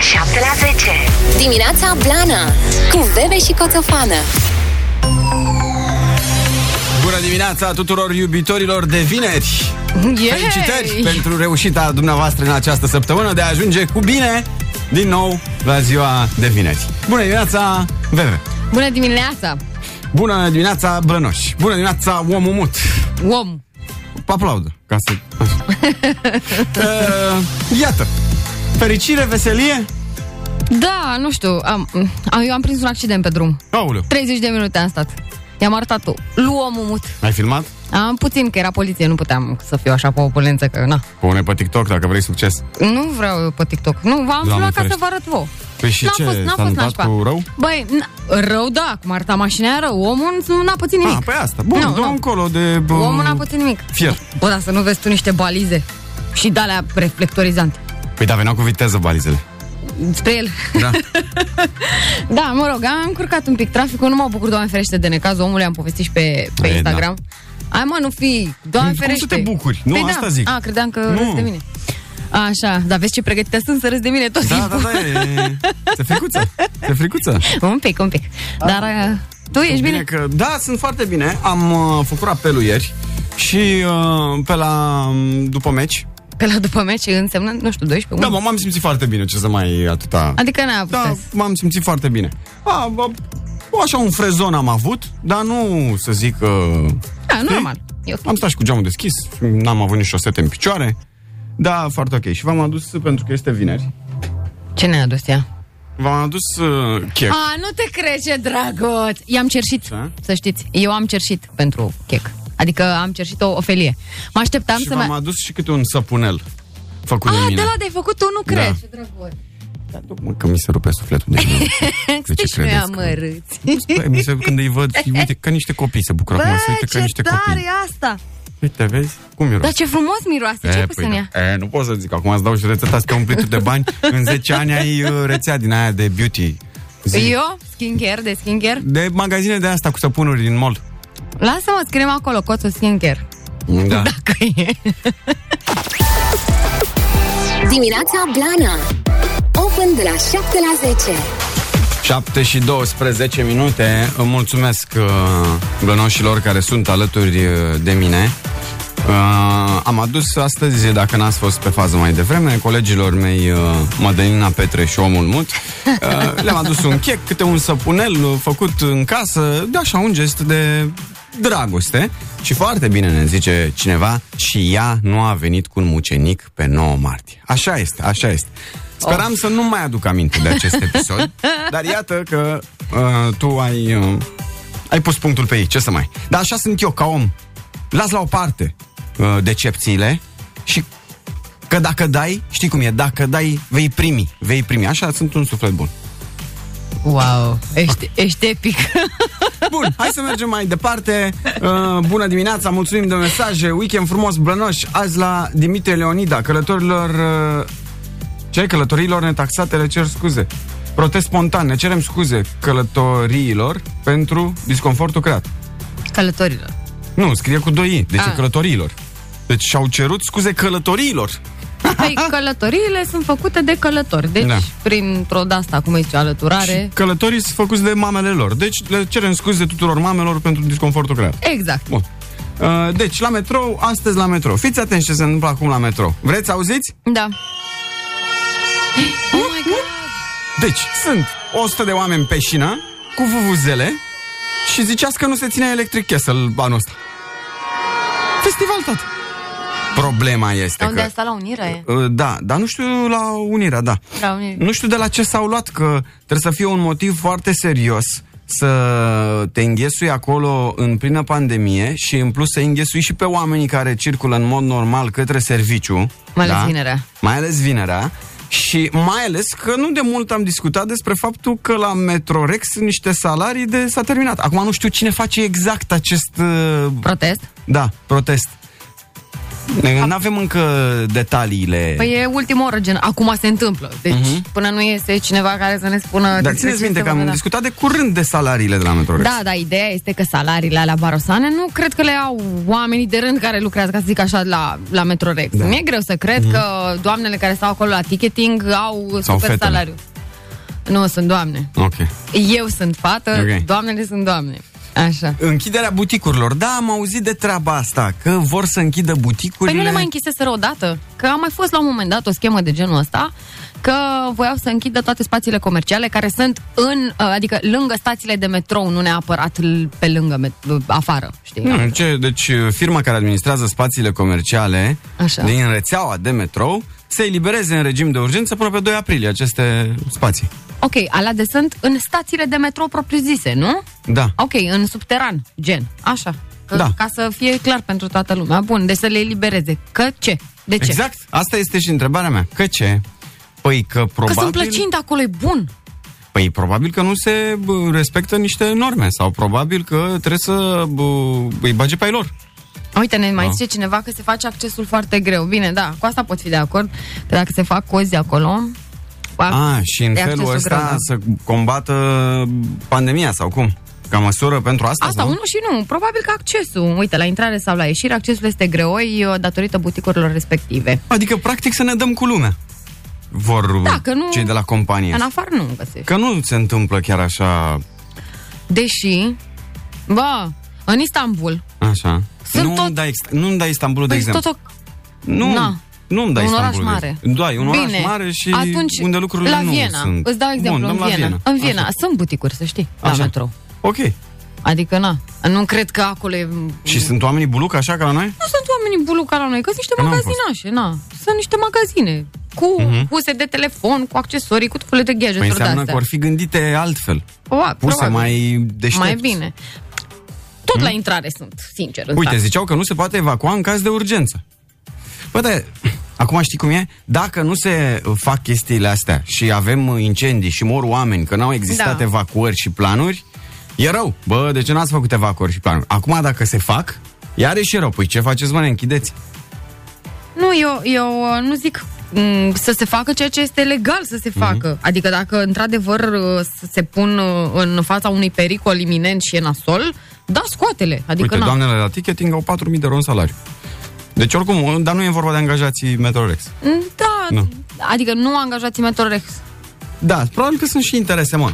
7 la 10. Dimineața Blana Cu Bebe și Coțofană Bună dimineața tuturor iubitorilor de vineri! Yay! Felicitări pentru reușita dumneavoastră în această săptămână de a ajunge cu bine din nou la ziua de vineri. Bună dimineața, Veve! Bună dimineața! Bună dimineața, Blănoș! Bună dimineața, omul mut! Om! Aplaudă, ca să... uh, iată! Fericire, veselie! Da, nu știu, am, am, eu am prins un accident pe drum. Aoleu! 30 de minute am stat. I-am arătat-o. Luăm mut. Ai filmat? Am puțin, că era poliție, nu puteam să fiu așa pe opulență, că na. Pune pe TikTok dacă vrei succes. Nu vreau eu pe TikTok. Nu, v-am Doamne filmat ca ferește. să vă arăt vouă. Păi și N-a ce, fost- n-a s-a fost întâmplat nașpa. cu rău? Băi, n- rău da, cum arăta mașina era rău. Omul nu- n-a pățit nimic. Ah, păi asta. Bun, Nu, nu, nu. încolo de... bă, Omul n-a pățit nimic. Fier. Bă, dar să nu vezi tu niște balize și de-alea reflectorizante. Păi da, veneau cu viteză balizele. Spre el. Da. Da, mă rog, am curcat un pic traficul, nu mă bucur, doamne ferește, de necaz, omului am povestit și pe, pe E, da. Instagram. Ai mă, nu fi, doamne Cum să ferește. te bucuri? Nu, asta da. zic. A, credeam că Nu. râzi de mine. Așa, dar vezi ce pregătită sunt să râzi de mine tot Da, da, timpul. da, e... Ți-e fricuță? Ți-e fricuță? Un pic, un pic. Da. Dar uh, tu ești bine? că... Da, sunt foarte bine. Am uh, făcut apelul ieri și uh, pe la... um, după meci. Pe la după meci însemnă, nu știu, 12, Da, unu. mă, m-am simțit foarte bine, ce să mai atâta... Adică n-a Da, da. m-am simțit foarte bine. A, bă, așa un frezon am avut, dar nu să zic că... da, normal. E ok. Am stat și cu geamul deschis, n-am avut nici șosete în picioare. Da, foarte ok. Și v-am adus, pentru că este vineri, Ce ne-a adus ea? v-am adus uh, chec. A, nu te crezi, ce drăguț! I-am cerșit, Ce? să știți. Eu am cerșit pentru chec. Adică am cerșit o, o felie. Mă așteptam și să v-am mai... adus și câte un săpunel făcut de Ah, mine. de la de făcut tu, nu Da. crezi, ce drăguț. Mă, că mi se rupe sufletul de mine. De Stai ce și noi credeți că- amărâți. Băi, mi se, când îi văd, uite, ca niște copii se bucură acum, se Bă, uită ca ce niște tare copii. e asta! Uite, vezi? Cum miros? Dar ce frumos miroase, ce pus în ea? da. e, nu pot să zic, acum îți dau și rețeta să te umpli tu de bani. În 10 ani ai uh, rețea din aia de beauty. Zi. Eu? Skincare, de skincare? De magazine de asta cu săpunuri din mall. Lasă-mă, scriem acolo, coțul skincare. Da. Dacă e. Dimineața Blana Open de la 7 la 10 7 și 12 minute. Îmi mulțumesc uh, gănoșilor care sunt alături uh, de mine. Uh, am adus astăzi, dacă n-ați fost pe fază mai devreme, colegilor mei uh, Madalina Petre și Omul Mut. Uh, le-am adus un chec, câte un săpunel uh, făcut în casă, de așa un gest de dragoste. Și foarte bine ne zice cineva și ea nu a venit cu un mucenic pe 9 martie. Așa este, așa este. Speram să nu mai aduc aminte de acest episod, dar iată că uh, tu ai, uh, ai pus punctul pe ei, ce să mai. Dar așa sunt eu, ca om. Las la o parte uh, decepțiile și că dacă dai, știi cum e, dacă dai, vei primi, vei primi. Așa sunt un suflet bun. Wow, ești, ești epic. Bun, hai să mergem mai departe. Uh, bună dimineața, mulțumim de mesaje. Weekend frumos, blănoș. Azi la Dimitrie Leonida, călătorilor... Uh, ce? Călătorilor netaxate le cer scuze. Protest spontan, ne cerem scuze călătoriilor pentru disconfortul creat. Călătorilor. Nu, scrie cu doi i, deci Ah. e călătoriilor. Deci și-au cerut scuze călătoriilor. Păi călătoriile sunt făcute de călători. Deci, Da. da. printr-o dasta, cum zice, alăturare. Și călătorii sunt făcuți de mamele lor. Deci le cerem scuze tuturor mamelor pentru disconfortul creat. Exact. Bun. Uh, Deci, la metrou, astăzi la metrou. Fiți atenți ce se întâmplă acum la metrou. Vreți să auziți? Da. Oh my God. Deci, sunt 100 de oameni pe șină, cu vuvuzele, și ziceați că nu se ține Electric Castle anul ăsta. Festival tot. Problema este Dar Unde că... asta la Unirea e? Uh, Da, dar nu știu la Unirea, da. La Unirea. Nu știu de la ce s-au luat, că trebuie să fie un motiv foarte serios să te înghesui acolo în plină pandemie și în plus să îi înghesui și pe oamenii care circulă în mod normal către serviciu. da? Mai ales vinerea. Mai ales vinerea. Și mai ales că nu de mult am discutat despre faptul că la Metrorex sunt niște salarii de s-a terminat. Acum nu știu cine face exact acest uh, Protest? da, protest. Nu avem încă detaliile. Păi e ultima oră, gen, acum se întâmplă. Deci uh-huh. până nu iese cineva care să ne spună... Mhm. dar despre țineți ce minte se că am va da. discutat de curând de salariile de la Metro Da, da, ideea este că salariile alea barosane nu cred că le au oamenii de rând care lucrează, ca să zic așa, la, la Metrorex. Da. Mi-e greu să cred mm. că doamnele care stau acolo la ticketing au Mhm. Sau super fetele. salariu. Nu, sunt doamne. Ok. Eu sunt fată, Ok. okay. doamnele sunt doamne. Așa. Închiderea buticurilor. Da, am auzit de treaba asta, că vor să închidă buticurile. Păi nu le mai închiseseră odată? Că a mai fost la un moment dat o schemă de genul ăsta, că voiau să închidă toate spațiile comerciale care sunt în, adică lângă stațiile de metrou, nu neapărat l- pe lângă, met- uh, afară, știi? Nu, ce, deci firma care administrează spațiile comerciale Așa. din rețeaua de metrou se elibereze în regim de urgență până pe 2 aprilie aceste spații. Ok, alea de sunt în stațiile de metrou propriu-zise, nu? Da. Ok, în subteran, gen, așa. Că, Da. Ca să fie clar pentru toată lumea. Bun, deci să le elibereze. Că ce? De ce? Exact. Asta este și întrebarea mea. Că ce? Păi că Că probabil... sunt plăcinte acolo, e bun. Păi probabil că nu se bă, respectă niște norme sau probabil că trebuie să bă, îi bage pe ai lor. Uite, ne mai Da. zice cineva că se face accesul foarte greu. Bine, da, cu asta pot fi de acord, că dacă se fac cozi acolo... fac- A, și în e felul accesul ăsta greu, da. să combată pandemia sau cum? Ca măsură pentru asta? Asta, sau? unul și nu. Probabil că accesul. Uite, la intrare sau la ieșire, accesul este greoi uh, datorită buticurilor respective. Adică practic să ne dăm cu lumea. Vor Da, că nu- cei de la companie. În afară nu găsești. Că nu se întâmplă chiar așa... Deși, bă, în Istanbul, Așa. Sunt nu tot- îmi dai, ex- nu îmi dai Istanbulul, de păi exemplu. tot o... Nu, Na. nu îmi dai Un oraș Istanbulul. de mare. exemplu. Da, e un Bine. oraș mare și Atunci, unde lucrurile la nu Viena. sunt. Îți dau exemplu, Bun, în dăm la Viena. Viena. În Viena. Așa. Sunt buticuri, să știi, la Așa. metrou. Ok. Adică, na, nu cred că acolo e... Și sunt oamenii buluc așa ca la noi? Nu sunt oamenii bulu ca la noi, că sunt niște Că n-am Mhm. magazinașe, na. Sunt niște magazine cu uh-huh. puse de telefon, cu accesorii, cu tot felul de Păi gadgeturi înseamnă de că vor fi gândite altfel. Probabil, Puse probabil. mai deștept. mai bine. Tot la intrare sunt, sincer. în Uite, stat. ziceau că nu se poate evacua în caz de urgență. Bă, dar acum știi cum e? Dacă nu se fac chestiile astea și avem uh, incendii și mor oameni, că n-au existat Da. evacuări și planuri, e rău. Bă, de ce n-ați făcut evacuări și planuri? Acum dacă se fac, iar e și rău. Păi ce faceți, mă, ne închideți? Nu, eu, eu uh, nu zic m, să se facă ceea ce este legal să Mhm. se facă. Adică dacă într-adevăr uh, să se pun uh, în fața unui pericol iminent și e nasol, da, scoatele. Adică Uite, na. doamnele la ticketing au 4.000 de euro în salariu. Deci oricum, dar nu e vorba de angajații Metrorex. Mm, Da, Nu. adică nu angajații Metrorex. Da, probabil că sunt și interese, mă.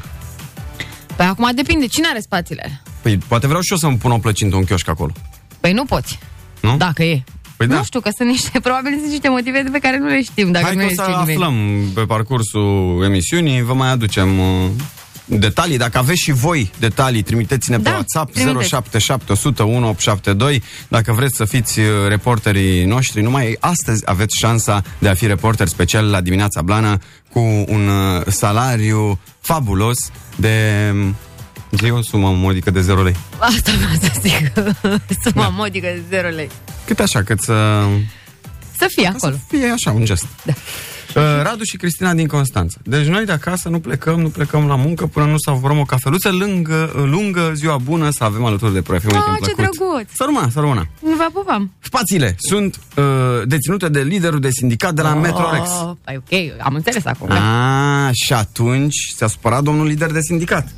Păi acum depinde cine are spațiile alea. Păi poate vreau și eu să-mi pun o plăcintă, un chioșc acolo. Păi nu poți. Nu? Dacă e. Păi da. Nu știu, că sunt niște, probabil sunt niște motive pe care nu le știm, dacă Hai nu că le o să știe nimeni. aflăm pe parcursul emisiunii, vă mai aducem uh, detalii. Dacă aveți și voi detalii, trimiteți-ne pe Da, WhatsApp trimiteți. 077 Dacă vreți să fiți uh, reporterii noștri, numai astăzi aveți șansa de a fi reporter special la Dimineața Blană cu un uh, salariu fabulos de... um, Zi o sumă modică de 0 lei. Asta vreau să zic. Suma da. modică de 0 lei. Cât așa, cât să... Să fie Ca acolo. Să fie așa, un gest. Da. Radu și Cristina din Constanța. Deci noi de acasă nu plecăm, nu plecăm la muncă până nu savurăm o cafeluță lungă, lungă, ziua bună, să avem alături de proiectul Ah, ce drăguț! Să rămână, să rămână. Nu vă pupam. Spațiile sunt uh, deținute de liderul de sindicat de la Metrorex. Oh, păi ok, am înțeles acum. Ah. Ah, și atunci s-a supărat domnul lider de sindicat.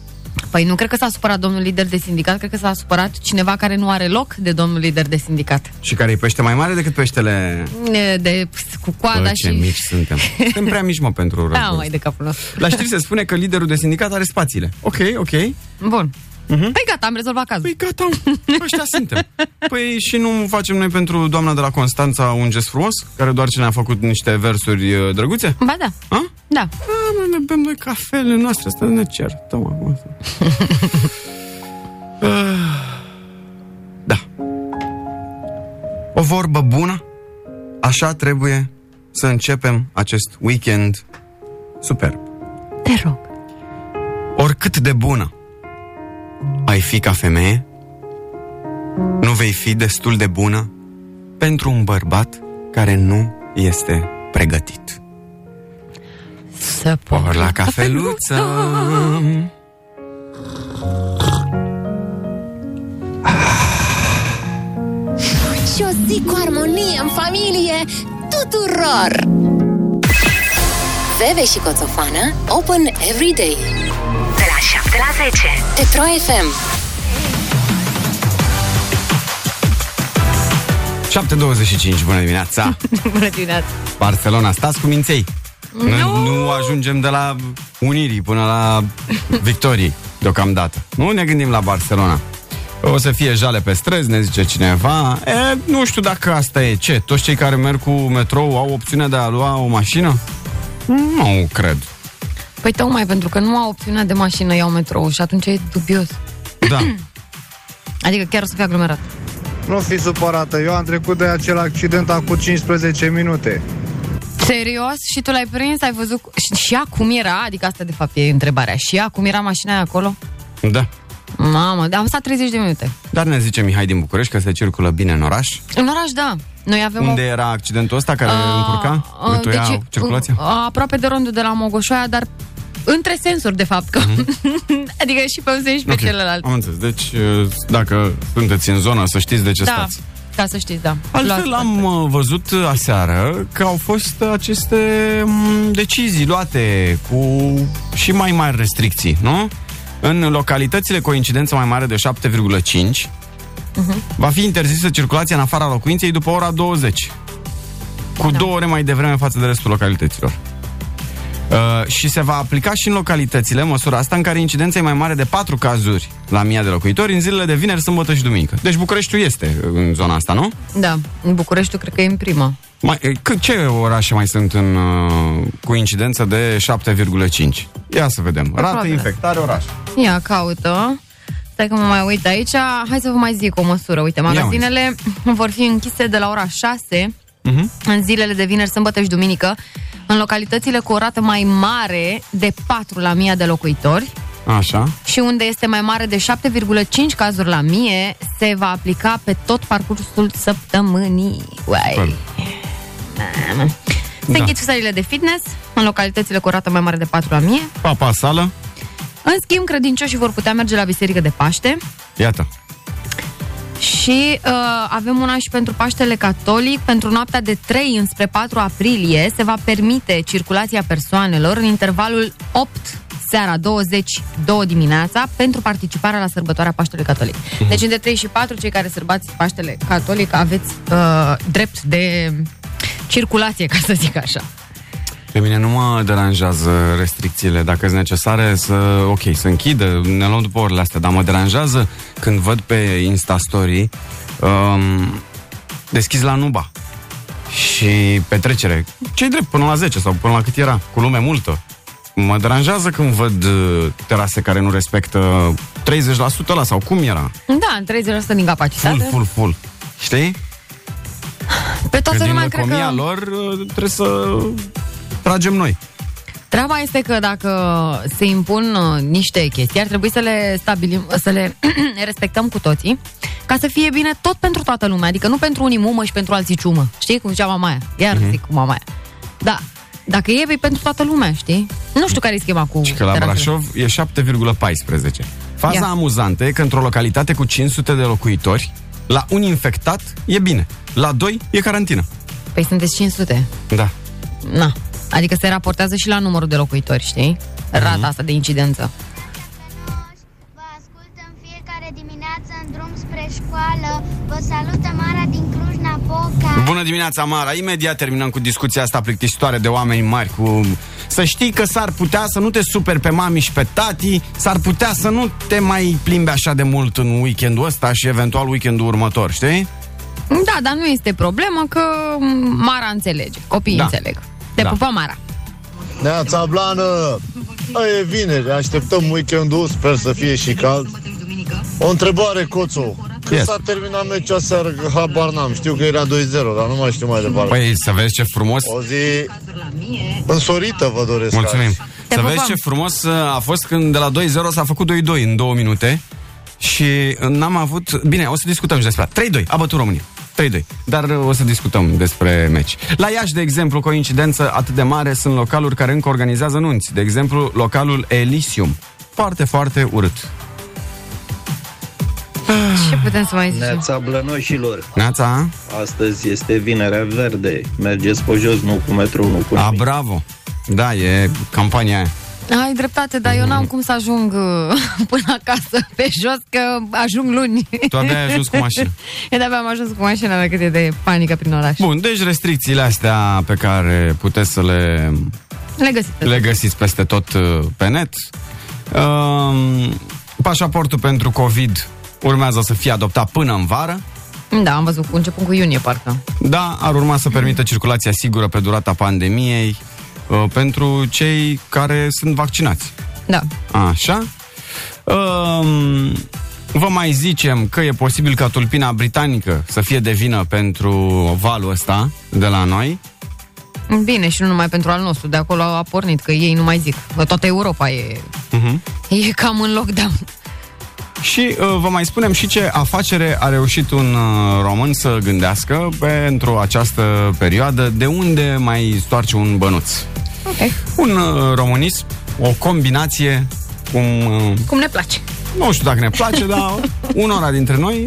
Păi nu cred că s-a supărat domnul lider de sindicat, cred că s-a supărat cineva care nu are loc de domnul lider de sindicat. Și care e pește mai mare decât peștele... E, De, cu coada Bă, da, și... ce mici suntem. Suntem prea mici, mă, pentru Da, război. mai de capul nostru. La știri se spune că liderul de sindicat are spațiile. Ok, ok. Bun. Mhm. Uh-huh. Păi gata, am rezolvat cazul. Păi gata, ăștia suntem. Păi și nu facem noi pentru doamna de la Constanța un gest frumos, care doar ce ne-a făcut niște versuri uh, drăguțe? Ba da, A? da. A, mă, ne bem noi cafele noastre, asta ne cer. acum. Ah. da. O vorbă bună, așa trebuie să începem acest weekend superb. Te rog. Oricât de bună ai fi ca femeie, nu vei fi destul de bună pentru un bărbat care nu este pregătit. Să Por pot. la cafeluță și o zi cu armonie în familie tuturor! Bebe și Coțofană Open Every Day De la 7 la 10. pe Pro FM. 7.25, bună dimineața! Bună dimineața! Barcelona, stați cu minței! Nu, nu ajungem de la Unirii până la Victorii, deocamdată. Nu ne gândim la Barcelona. O să fie jale pe străzi, ne zice cineva. E, nu știu dacă asta e ce. Toți cei care merg cu metrou au opțiunea de a lua o mașină? Nu cred. Păi tocmai pentru că nu au opțiunea de mașină, iau metrou și atunci e dubios. Da. Adică chiar o să fie aglomerat. Nu fi supărată, eu am trecut de acel accident acum 15 minute. Serios? Și tu l-ai prins, ai văzut și, și acum era, adică asta de fapt e întrebarea, și acum era mașina aia acolo? Da. Mamă, dar am stat 30 de minute. Dar ne zice Mihai din București că se circulă bine în oraș. În oraș, da. Noi avem Ah, Unde o... era accidentul ăsta care A, încurca? a, Gâtuia circulația? a, deci aproape de rondul de la Mogoșoaia, dar între sensuri, de fapt. Că... adică și pe un sens și pe Mhm. Ok, celălalt. Am înțeles. Deci, dacă sunteți în zonă, să știți de ce Da, stați. ca să știți, da. Altfel Luați- am uh, văzut uh, aseară că au fost uh, aceste mm, decizii luate cu și mai mari restricții, nu? În localitățile cu o incidență mai mare de 7,5 va fi interzisă circulația în afara locuinței după ora 20. Cu da. două ore mai devreme față de restul localităților. Uh, și se va aplica și în localitățile măsura asta în care incidența e mai mare de 4 cazuri la mii de locuitori în zilele de vineri, sâmbătă și duminică. Deci Bucureștiul este uh, în zona asta, nu? Da, în București cred că e în prima. Mai, că, ce orașe mai sunt în, uh, cu incidență de 7,5? Ia să vedem. Rată Aproape. infectare oraș. Ia, caută. Stai că mă mai uit aici. Hai să vă mai zic o măsură. Uite, uite. magazinele vor fi închise de la ora 6 Uh-huh. în zilele de vineri, sâmbătă și duminică în localitățile cu o rată mai mare de 4 la 1000 de locuitori Așa. și unde este mai mare de 7,5 cazuri la 1000 se va aplica pe tot parcursul săptămânii. Uai. Fel. Mamă. Se Da. închid salile de fitness în localitățile cu o rată mai mare de 4 la 1000. Papa sală. În schimb, credincioșii vor putea merge la biserică de Paște. Iată. Și uh, avem una și pentru Paștele Catolic. Pentru noaptea de 3 înspre 4 aprilie se va permite circulația persoanelor în intervalul 8 seara 20 2 dimineața pentru participarea la sărbătoarea Paștelui Catolic. Deci între 3 și 4 cei care sărbați Paștele Catolic aveți uh, drept de circulație, ca să zic așa. Pe mine nu mă deranjează restricțiile. Dacă sunt necesare, să, ok, să închidă, ne luăm după orele astea, dar mă deranjează când văd pe Instastory um, deschis la Nuba și petrecere. ce drept, până la 10 sau până la cât era, cu lume multă. Mă deranjează când văd uh, terase care nu respectă 30% la sau cum era. Da, în 30% din Full, capacitate. full, full. Știi? Pe toată Că din lumea cred lăcomia că... lor uh, trebuie să tragem noi. Treaba este că dacă se impun uh, niște chestii, ar trebui să le stabilim, să le respectăm cu toții, ca să fie bine tot pentru toată lumea, adică nu pentru unii mumă și pentru alții ciumă. Știi cum zicea mama aia? Iar Mhm. mm-hmm. zic cu mama aia. Da, dacă e, e pentru toată lumea, știi? Nu știu care e schema cu Și Deci că la terasele. Brașov e 7,14. Faza Ia. amuzantă e că într-o localitate cu 500 de locuitori, la un infectat e bine, la doi e carantină. Păi sunteți 500. Da. Na. Adică se raportează și la numărul de locuitori, știi? Mhm. Rata asta de incidență. Vă ascult în fiecare dimineață în drum spre școală. Vă salută Mara din Cluj-Napoca. Bună dimineața, Mara! Imediat terminăm cu discuția asta plictisitoare de oameni mari cu... Să știi că s-ar putea să nu te superi pe mami și pe tati, s-ar putea să nu te mai plimbi așa de mult în weekendul ăsta și eventual weekendul următor, știi? Da, dar nu este problemă că m, Mara înțelege, copiii Da. înțeleg. Te Da. pupă Mara. Neața Blană! A, e vineri, așteptăm weekendul, sper să fie și cald. O întrebare, Coțu. Când Yes. s-a terminat meciul aseară, că habar n-am. Știu că era 2-0, dar nu mai știu mai departe. Păi să vezi ce frumos O zi însorită vă doresc. Mulțumim. azi. Să Te pupăm. vezi ce frumos uh, a fost când de la 2-0 s-a făcut 2-2 în două minute și uh, n-am avut... Bine, o să discutăm și despre asta. 3-2, a bătut România. 3-2. Dar uh, o să discutăm despre meci. La Iași, de exemplu, coincidență atât de mare, sunt localuri care încă organizează nunți. De exemplu, localul Elysium. Foarte, foarte urât. Ce putem să mai zicem? Neața blănoșilor, Neața? astăzi este vinerea verde, mergeți pe jos, nu cu metrou, nu cu A, nimic. bravo. Da, e campania aia. Ai dreptate, dar eu n-am cum să ajung uh, până acasă pe jos, că ajung luni. Tu abia ai ajuns cu mașina. E de-abia am ajuns cu mașina mea cât e de panică prin oraș. Bun, deci restricțiile astea pe care puteți să le, Le găsiți. le găsiți peste tot uh, pe net. Um, pașaportul pentru COVID urmează să fie adoptat până în vară. Da, am văzut, cu- începând cu iunie, parcă. Da, ar urma să permită circulația sigură pe durata pandemiei uh, pentru cei care sunt vaccinați. Da. Așa. Um, vă mai zicem că e posibil ca tulpina britanică să fie de vină pentru valul ăsta de la noi. Bine, și nu numai pentru al nostru, de acolo a pornit, că ei nu mai zic. Bă, Toată Europa e, Uh-huh. e cam în lockdown. Și uh, vă mai spunem și ce afacere a reușit un uh, român să gândească pentru această perioadă, de unde mai stoarce un bănuț. Ok. Un uh, românism, o combinație cum, uh, Cum ne place. nu știu dacă ne place, dar unora dintre noi,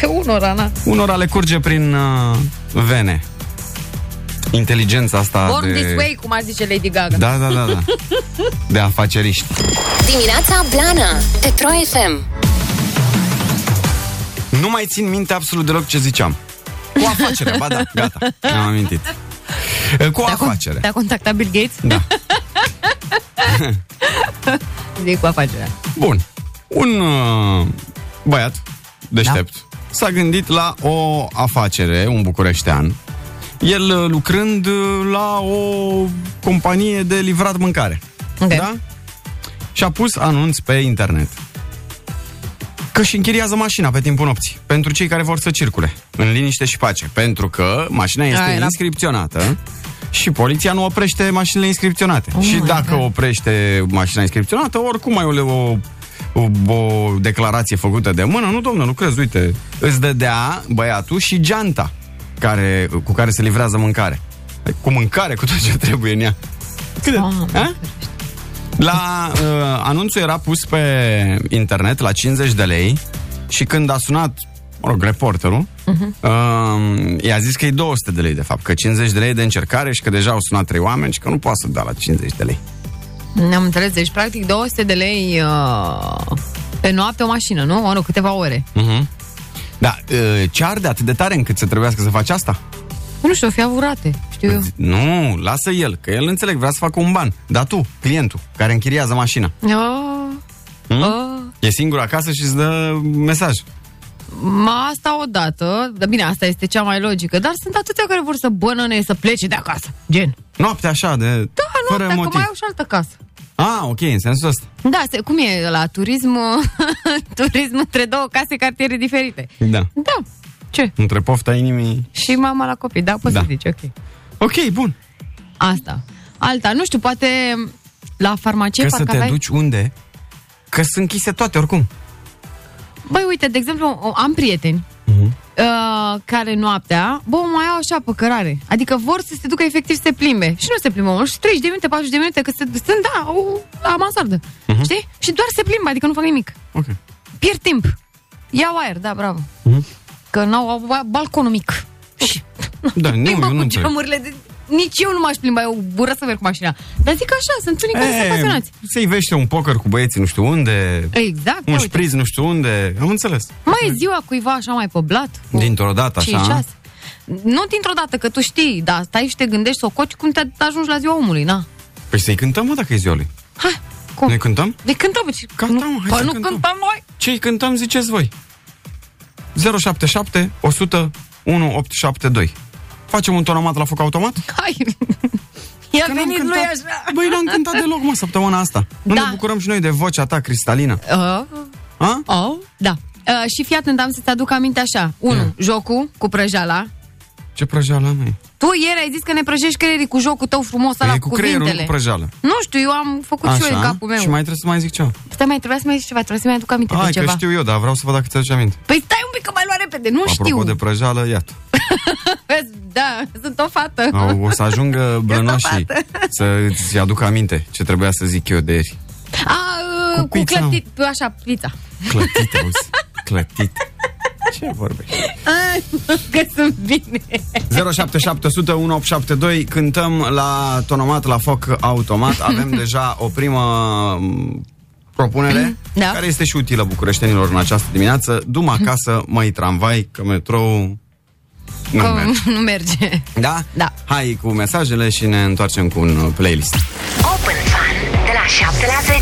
Pe unora, na. unora le curge prin uh, vene. Inteligența asta Born de... this way, cum ar zice Lady Gaga. Da, da, da, da. De afaceriști. Dimineața Blana Petro FM Nu mai țin minte absolut deloc ce ziceam. Cu afacerea, ba da, gata, am amintit. Cu Te-a con- afacere. Te-a contactat Bill Gates? Da. Zic cu afacerea. Bun. Un uh, băiat deștept da. s-a gândit la o afacere, un bucureștean, el uh, lucrând uh, la o companie de livrat mâncare. Ok. Da? Și-a pus anunț pe internet că și închiriază mașina pe timpul nopții pentru cei care vor să circule în liniște și pace, pentru că mașina este A, Da, era- inscripționată și poliția nu oprește mașinile inscripționate. Oh și my dacă God. oprește mașina inscripționată, oricum ai o, le- o, o, o declarație făcută de mână. Nu, domnule, nu crezi, uite, îți dădea băiatul și geanta care, cu care se livrează mâncare. Cu mâncare, cu tot ce trebuie în ea. Cât de... Doamne, A? La uh, anunțul era pus pe internet la 50 de lei și când a sunat, mă rog, reporterul, uh-huh. Mhm. uh, i-a zis că e 200 de lei, de fapt, că 50 de lei de încercare și că deja au sunat trei oameni și că nu poate să dea la 50 de lei. Ne-am înțeles, deci practic 200 de lei uh, pe noapte o mașină, nu? Mă rog, câteva ore. Uh-huh. Da, uh, ce arde atât de tare încât să trebuiască să faci asta? Nu știu, o fi avurate, știu Păi eu. Nu, lasă el, că el înțeleg, vrea să facă un ban. Dar tu, clientul, care închiriază mașina, Oh, Hmm? oh. e singur acasă și îți dă mesaj. Ma, asta odată, dar bine, asta este cea mai logică, dar sunt atâtea care vor să bănăne, să plece de acasă, gen. Noaptea așa, de... Da, nu, fără dacă motiv. mai au și altă casă. Ah, ok, în sensul ăsta. Da, se, cum e la turism, turism între două case, cartiere diferite. Da. Da, ce? Între pofta inimii. Și mama la copii, da, poți Da. să zici, ok. Ok, bun. Asta. Alta, nu știu, poate la farmacie că să parcă te aveai... duci unde? Că sunt închise toate, oricum. Băi, uite, de exemplu, o- am prieteni Mhm. uh, care noaptea, bă, mai au așa păcărare. Adică vor să se ducă efectiv să se plimbe. Și nu se plimbă, mă, și 30 de minute, 40 de minute, că se, sunt, da, o, la mansardă. Mhm. Știi? Și doar se plimbă, adică nu fac nimic. Ok. Pierd timp. Iau aer, da, bravo. Mhm. Că n-au au ba- balconul mic. Și Da, nu, plimbă eu nu cu înțeleg. geamurile de... Nici eu nu m-aș plimba, eu bură să merg cu mașina. Dar zic așa, sunt unii care sunt E, pasionați. Eh, Se ivește un poker cu băieții nu știu unde, Exact, ia un uite. șpriz nu știu unde. Am înțeles. Mai e ziua cuiva așa mai pe blat? cu Dintr-o dată, așa, 5-6. Nu dintr-o dată, că tu știi, dar stai și te gândești să o coci cum te ajungi la ziua omului, na. Păi să-i cântăm, mă, dacă e ziua lui. Hai, cum? Ne cântăm? de cântăm, deci, Gata, nu, mă, hai pă, să nu cântăm. cântăm noi. Ce-i cântăm, ziceți voi. 077 100 1872. Facem un tonamat la foc automat? Hai. I-a n-am venit lui cântat. așa. Băi, n-am cântat deloc, mă, săptămâna asta. Nu Da. ne bucurăm și noi de vocea ta, cristalină. Uh, A? oh, da. Uh, și fii atent, am să-ți aduc aminte așa. 1. Jocul cu prăjala. Ce prăjeală am ai? Tu ieri ai zis că ne prăjești creierii cu jocul tău frumos ăla E cu Păi, cu creierul, nu cuvintele. cu prăjeală. nu știu, eu am făcut și eu în capul meu. Și mai trebuie să mai zic ceva. Stai, mai trebuia să mai zici ceva, trebuie să mi aduc aminte de Hai, ceva. că știu eu, dar vreau să văd dacă ți-aduce aminte. Păi stai un pic că mai lua repede, nu Apropo știu. de prăjeală, iată. Vezi, Da, sunt o fată. Au, o să ajungă blănoșii topată. să ți aduc aminte ce trebuia să zic eu de ieri. A, Cu cu, cu uh, pizza. clătit, așa, pizza. Clătit, auzi. Clătit. Ce vorbești? Că sunt bine. 077 1872 Cântăm la tonomat, la foc automat Avem deja o primă m, propunere Da. Mhm. Care este și utilă bucureștenilor în această dimineață Dum acasă, mai tramvai, că metrou nu Că merge. nu merge. Da? Da. Hai cu mesajele și ne întoarcem cu un uh, playlist Open Fun de la 7 la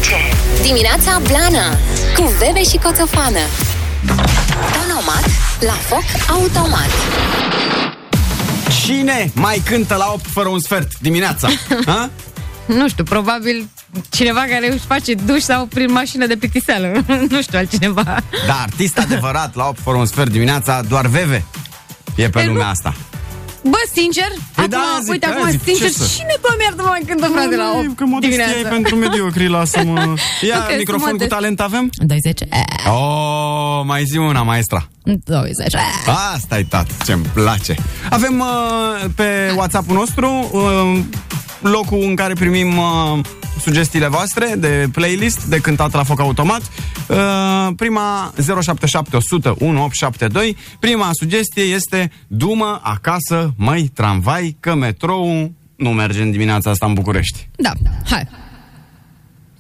10. Dimineața Blana Cu Bebe și Coțofană Tonomat La foc automat Cine mai cântă la 8 fără un sfert dimineața? Ha? Nu știu, probabil cineva care își face duș sau prin mașină de plictiseală. nu știu altcineva. Da, artist adevărat la 8 fără un sfert dimineața Doar Veve e pe nu. lumea asta Bă, sincer, Păi acum, da, zic, uite, hai, acum, zic, ce sincer, să- cine doamne iartă mă cântă, frate, la 8 dimineața? mediocri, lasă-mă. Ia, Ok, sunt microfon cu modest. talent avem? 20. Oh, mai zi una, maestra. 20. asta e tat, ce-mi place. Avem uh, pe WhatsApp-ul nostru uh, locul în care primim uh, sugestiile voastre de playlist, de cântat la foc automat. Uh, prima 077100 1872. Prima sugestie este Dumă acasă, măi, tramvai, că metrou nu merge în dimineața asta în București. Da, hai.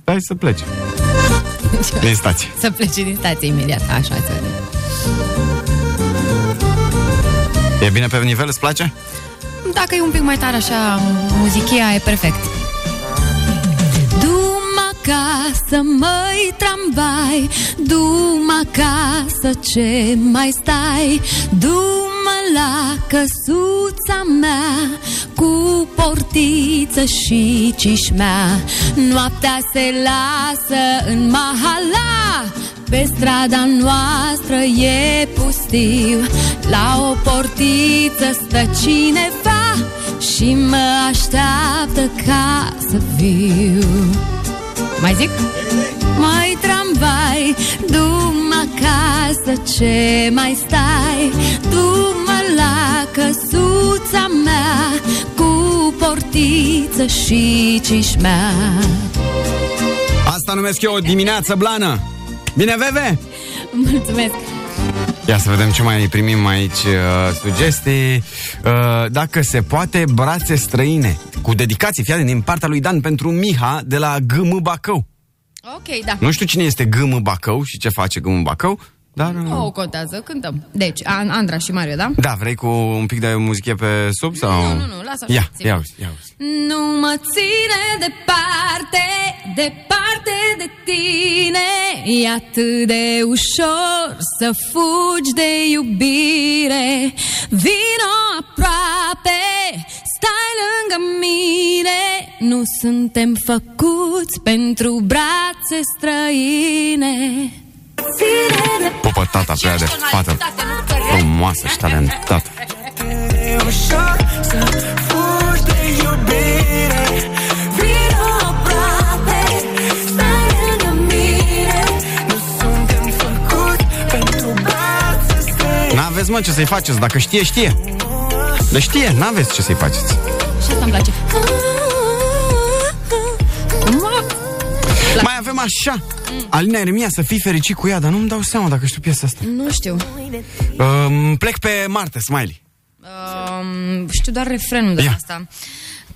Stai să plece. Din stație. Să plece din stație imediat. Așa, hai să vedem. E bine pe nivel, îți place? Dacă e un pic mai tare așa, muzichia e perfect. Du-mă acasă, măi tramvai Du-mă acasă, ce mai stai Du-mă la căsuța mea Cu portiță și cișmea Noaptea se lasă în mahala Pe strada noastră e pustiu La o portiță stă cineva Și mă așteaptă ca să viu Mai zic? Mai tramvai, du-mă acasă, ce mai stai? Du-mă la căsuța mea Cu portiță și cișmea Asta numesc eu o dimineață blană. Bine, Veve! Mulțumesc! Ia să vedem ce mai primim aici uh, sugestii. Uh, dacă se poate, brațe străine. Cu dedicații, fii atent, din partea lui Dan pentru Miha de la GM Bacău. Ok, da. Nu știu cine este GM Bacău și ce face GM Bacău, dar... uh, Nu o contează, cântăm. Deci, An- Andra și Mario, da? Da, vrei cu un pic de muzică pe sub sau... nu, nu, lasă așa, Ia, ține. ia, uzi, ia uzi. Nu mă ține departe, departe de tine E atât de ușor să fugi de iubire Vino aproape, stai lângă mine Nu suntem făcuți pentru brațe străine Ține de Pupă tata pe ea de fată Da, frumoasă și talentată. N-aveți, mă, ce să-i faceți. Dacă știe, știe. Deci știe, n-aveți ce să-i faceți. Și asta îmi place Mai avem așa. Alina Eremia, să fii fericit cu ea, dar nu-mi dau seama dacă știu piesa asta. Nu știu Um, plec pe Marte, Smiley. Um, știu doar refrenul de Ia. la asta.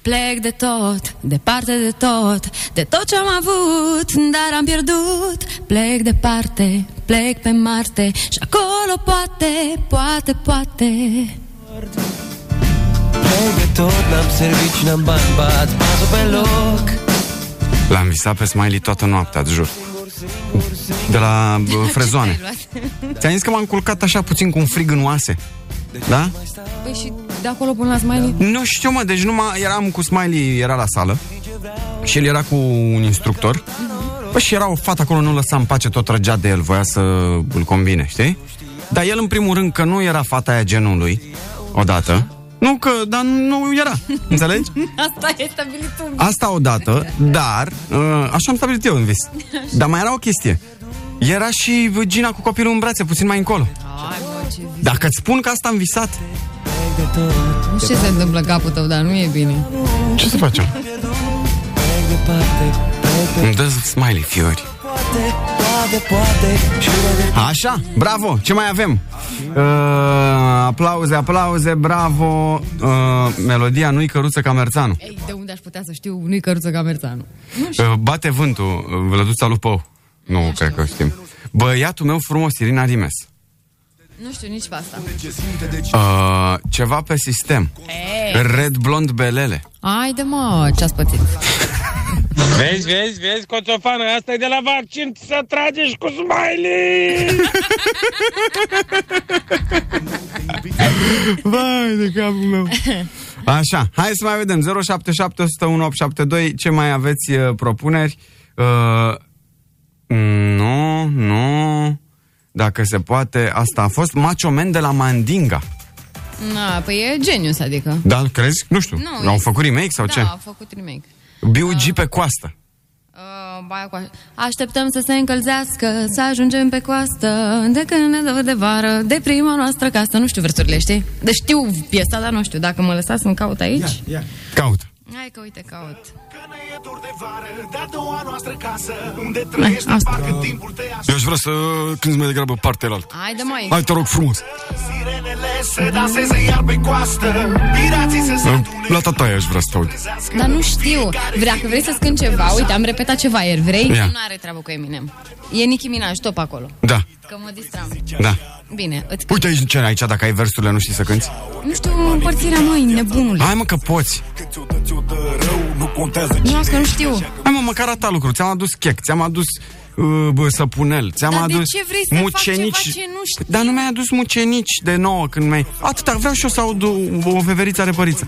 Plec de tot, departe de tot, de tot ce am avut, dar am pierdut. Plec departe, plec pe Marte și acolo poate, poate, poate. De tot n-am servici, n-am bani, bat pasul pe loc L-am visat pe Smiley toată noaptea, îți jur. De la bă, Ai frezoane. luat? Ți-am zis că m-am culcat așa puțin cu un frig în oase. Da? Păi și de acolo până la Smiley? Da. Nu știu, mă, deci numai eram cu Smiley, era la sală și el era cu un instructor. Bă, și era o fată acolo, nu lăsa în pace, tot trăgea de el, voia să îl combine, știi? Dar el, în primul rând, că nu era fata aia genului, odată. Nu că, dar nu era, înțelegi? Asta Da, e stabilit un Asta odată, dar, ă, așa am stabilit eu în vis. Dar mai era o chestie. Era și Gina cu copilul în brațe, puțin mai încolo. Dacă îți spun că asta am visat, Nu știu ce se întâmplă capul tău, dar nu e bine. ce să facem? Plec departe, plec de Îmi dă smiley fiori. poate, poate, poate Și de Așa, bravo, ce mai avem? Uh, aplauze, aplauze, bravo uh, Melodia nu-i căruță Camerțanu Ei, de unde aș putea să știu? Nu-i căruță Camerțanu. uh, Bate vântul, uh, Vlăduța lui Pău Nu, cred că știm Băiatul meu frumos, Irina Rimes Nu știu nici pe asta. uh, Ceva pe sistem Red blond belele Ai de mă, ce-ați pățit. Vezi, vezi, vezi, Coțofană, asta e de la vaccin să tragești cu smiley! Vai de capul meu Așa, hai să mai vedem 077182 Ce mai aveți uh, propuneri? Uh, mm, nu, nu Dacă se poate, asta a fost Macho Man de la Mandinga Na, păi e genius, adică. Da, crezi? Nu știu, Nu, au e- făcut remake sau da, ce? a făcut remake. B.U.G. pe coastă Uh, baia cu aș- Așteptăm să se încălzească, să ajungem pe coastă, de când ne dă de vară, de prima noastră casă. Nu știu versurile, știi? Deci știu piesa, dar nu știu. Dacă mă lăsați să-mi caut aici... Caut Hai că uite, caut. Eu aș vrea să cânti mai degrabă partea altă. Hai de mai. Hai, te rog frumos. Se danseze iar pe coastă Pirații se Da. La tataie aș vrea să te aud. Dar nu știu. Vrea că vrei să-ți cânt ceva. Uite, am repetat ceva ieri. Vrei? Ia. Nu are treabă cu Eminem. E Nicki Minaj, top acolo. Da, Că mă distram. da Bine, îți... Uite aici, ce aici, dacă ai versurile, nu știi să cânti nu știu împărțirea măi, nebunul. Hai mă că poți Nu, că nu știu. Hai mă, măcar a ta lucru, ți-am adus chec, ți-am adus uh, bă, săpunel, ți-am Dar de adus ce vrei să fac mucenici. ceva ce nu știu? Dar nu mi-ai adus mucenici de nouă când mi-ai... Atâta, vreau și eu să aud o, o veveriță repăriță.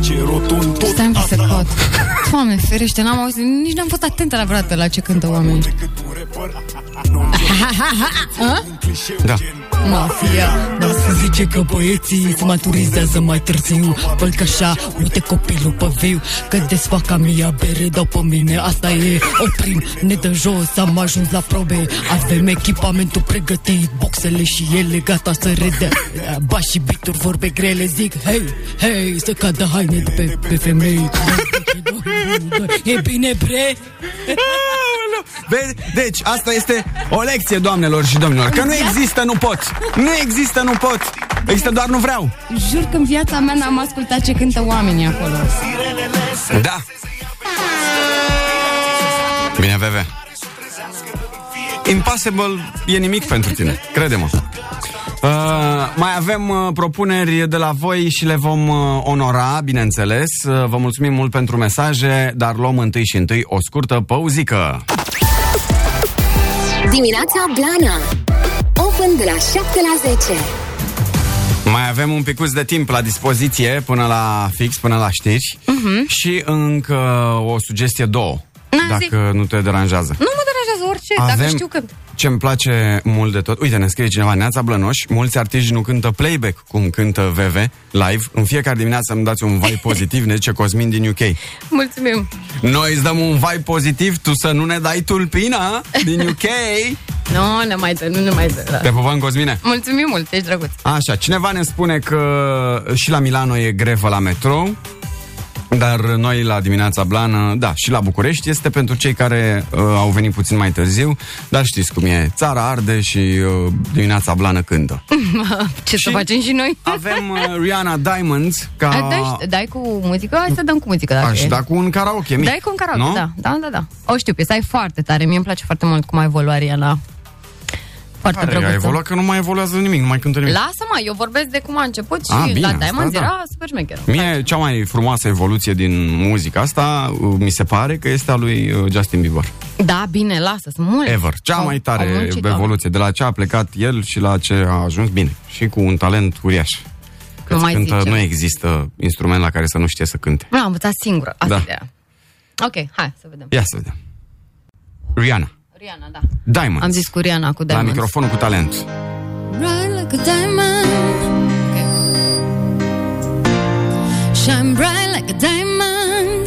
Ce rotund Stai un pic să caut. Doamne, ferește, n-am auzit, nici n-am fost atentă la vreodată la ce cântă oamenii. A? Da. Mafia Dar se zice că băieții se maturizează mai târziu Văd așa, uite copilul pe viu Că desfac mia bere, dau pe mine Asta e, oprim, ne dă jos Am ajuns la probe Avem echipamentul pregătit Boxele și ele gata să redea Ba și bituri vorbe grele Zic, hei, hei, să cadă haine de pe, pe femei E bine, bre Vezi? Deci, asta este o lecție, doamnelor și domnilor, că nu Da. există nu pot. Nu există nu pot. Există doar nu vreau. Jur că în viața mea n-am ascultat ce cântă oamenii acolo. Da. Bine, Veve. Impossible e nimic pentru tine, crede-mă. Uh, mai avem uh, propuneri de la voi și le vom uh, onora, bineînțeles. Uh, vă mulțumim mult pentru mesaje, dar luăm întâi și întâi o scurtă pauzică. Dimineața Blana Open de la 7 la 10 Mai avem un picuț de timp la dispoziție până la fix, până la știri și încă o sugestie, două, Na, dacă zic. nu te deranjează. Nu mă deranjează orice, Avem... dacă Avem- știu că... Ce-mi place mult de tot, uite, ne scrie cineva, Neața Blănoș, mulți artiști nu cântă playback cum cântă VV live. În fiecare dimineață îmi dați un vibe pozitiv, ne zice Cosmin din UK. Mulțumim. Noi îți dăm un vibe pozitiv, tu să nu ne dai tulpina din UK. Nu, ne mai dă, nu ne mai dă. Te Da. pupăm, Cosmine! Mulțumim mult, ești drăguț. Așa, cineva ne spune că și la Milano e grevă la metrou, dar noi la dimineața blană, da, și la București este pentru cei care uh, au venit puțin mai târziu, dar știți cum e, țara arde și uh, dimineața blană cântă. ce să facem și noi? Avem uh, Rihanna Diamonds ca... A, deci, dai, dai cu muzică? Hai să dăm cu muzică dacă Aș e. da cu un karaoke mic. Dai cu un karaoke, nu? da, da, da, da. O știu, piesa e foarte tare. Mie îmi place foarte mult cum a evoluat Rihanna. Foarte Care a drăguță. evoluat că nu mai evoluează nimic, nu mai cântă nimic. Lasă-mă, eu vorbesc de cum a început și A, bine, la asta, Diamonds da. era super șmecheră. Mie cea mai frumoasă evoluție din muzica asta, uh, mi se pare că este a lui uh, Justin Bieber. Da, bine, lasă, sunt multe. Ever. Cea Au- mai au tare muncit, doamne. evoluție. De la ce a plecat el și la ce a ajuns bine. Și cu un talent uriaș. Că mai cântă, zice. nu există instrument la care să nu știe să cânte. Nu, am învățat singură. Asta Da. da. ideea. Ok, hai să vedem. Ia să vedem. Rihanna. Rihanna, da. Diamond. Am zis cu Rihanna, cu La Diamonds. microfonul cu talent. Bright like a diamond. Shine bright like a diamond.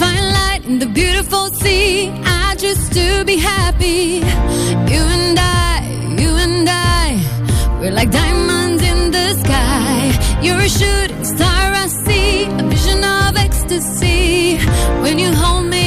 Find light in the beautiful sea. I choose to be happy. You and I, you and I. We're like diamonds in the sky. You're a shooting star I see. A vision of ecstasy. When you hold me,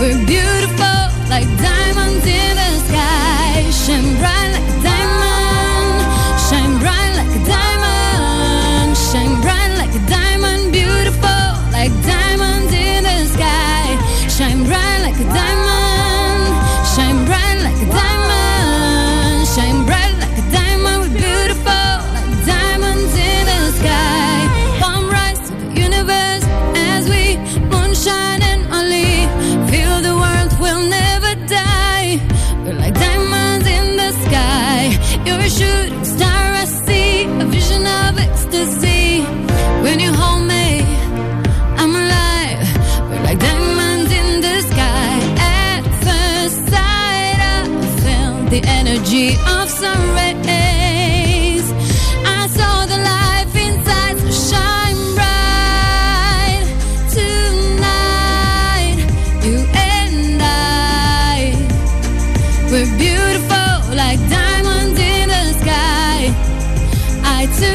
We're beautiful like diamonds in the sky. Shine bright like a diamond. Shine bright like a diamond. Shine bright like a diamond. Beautiful like diamonds in the sky. Shine bright like a diamond. Shine bright like a diamond. Shine bright like a diamond. We're beautiful like diamonds in the sky. Palm rise to the universe as we moonshine and only feel the world will never die. We're like diamonds in the sky. You're a shooting star I see, a vision of ecstasy. When you hold me, I'm alive. We're like diamonds in the sky. At first sight, I felt the energy of sun rays. I saw the life inside, so shine bright tonight. You and I, we're beautiful like diamonds in the sky. Eye to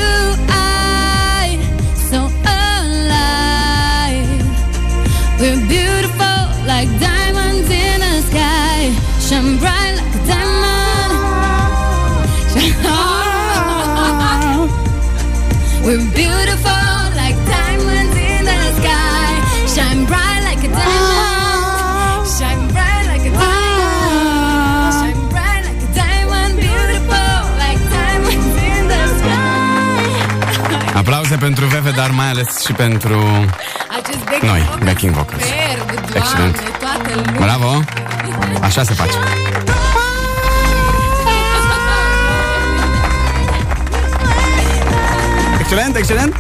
eye, so alive. We're beautiful like diamonds in the sky. Shine bright like a diamond. Shine- We're beautiful like diamonds in the sky. Shine bright like a diamond. Shine bright like a diamond. Shine bright like a diamond. Beautiful like diamonds in the sky. Aplauze pentru Veve, dar mai ales și pentru Acest backing noi, vocal backing vocals. superb, doamne, Excelent. toată lumea. Bravo! Așa se face. Excelent, excelent!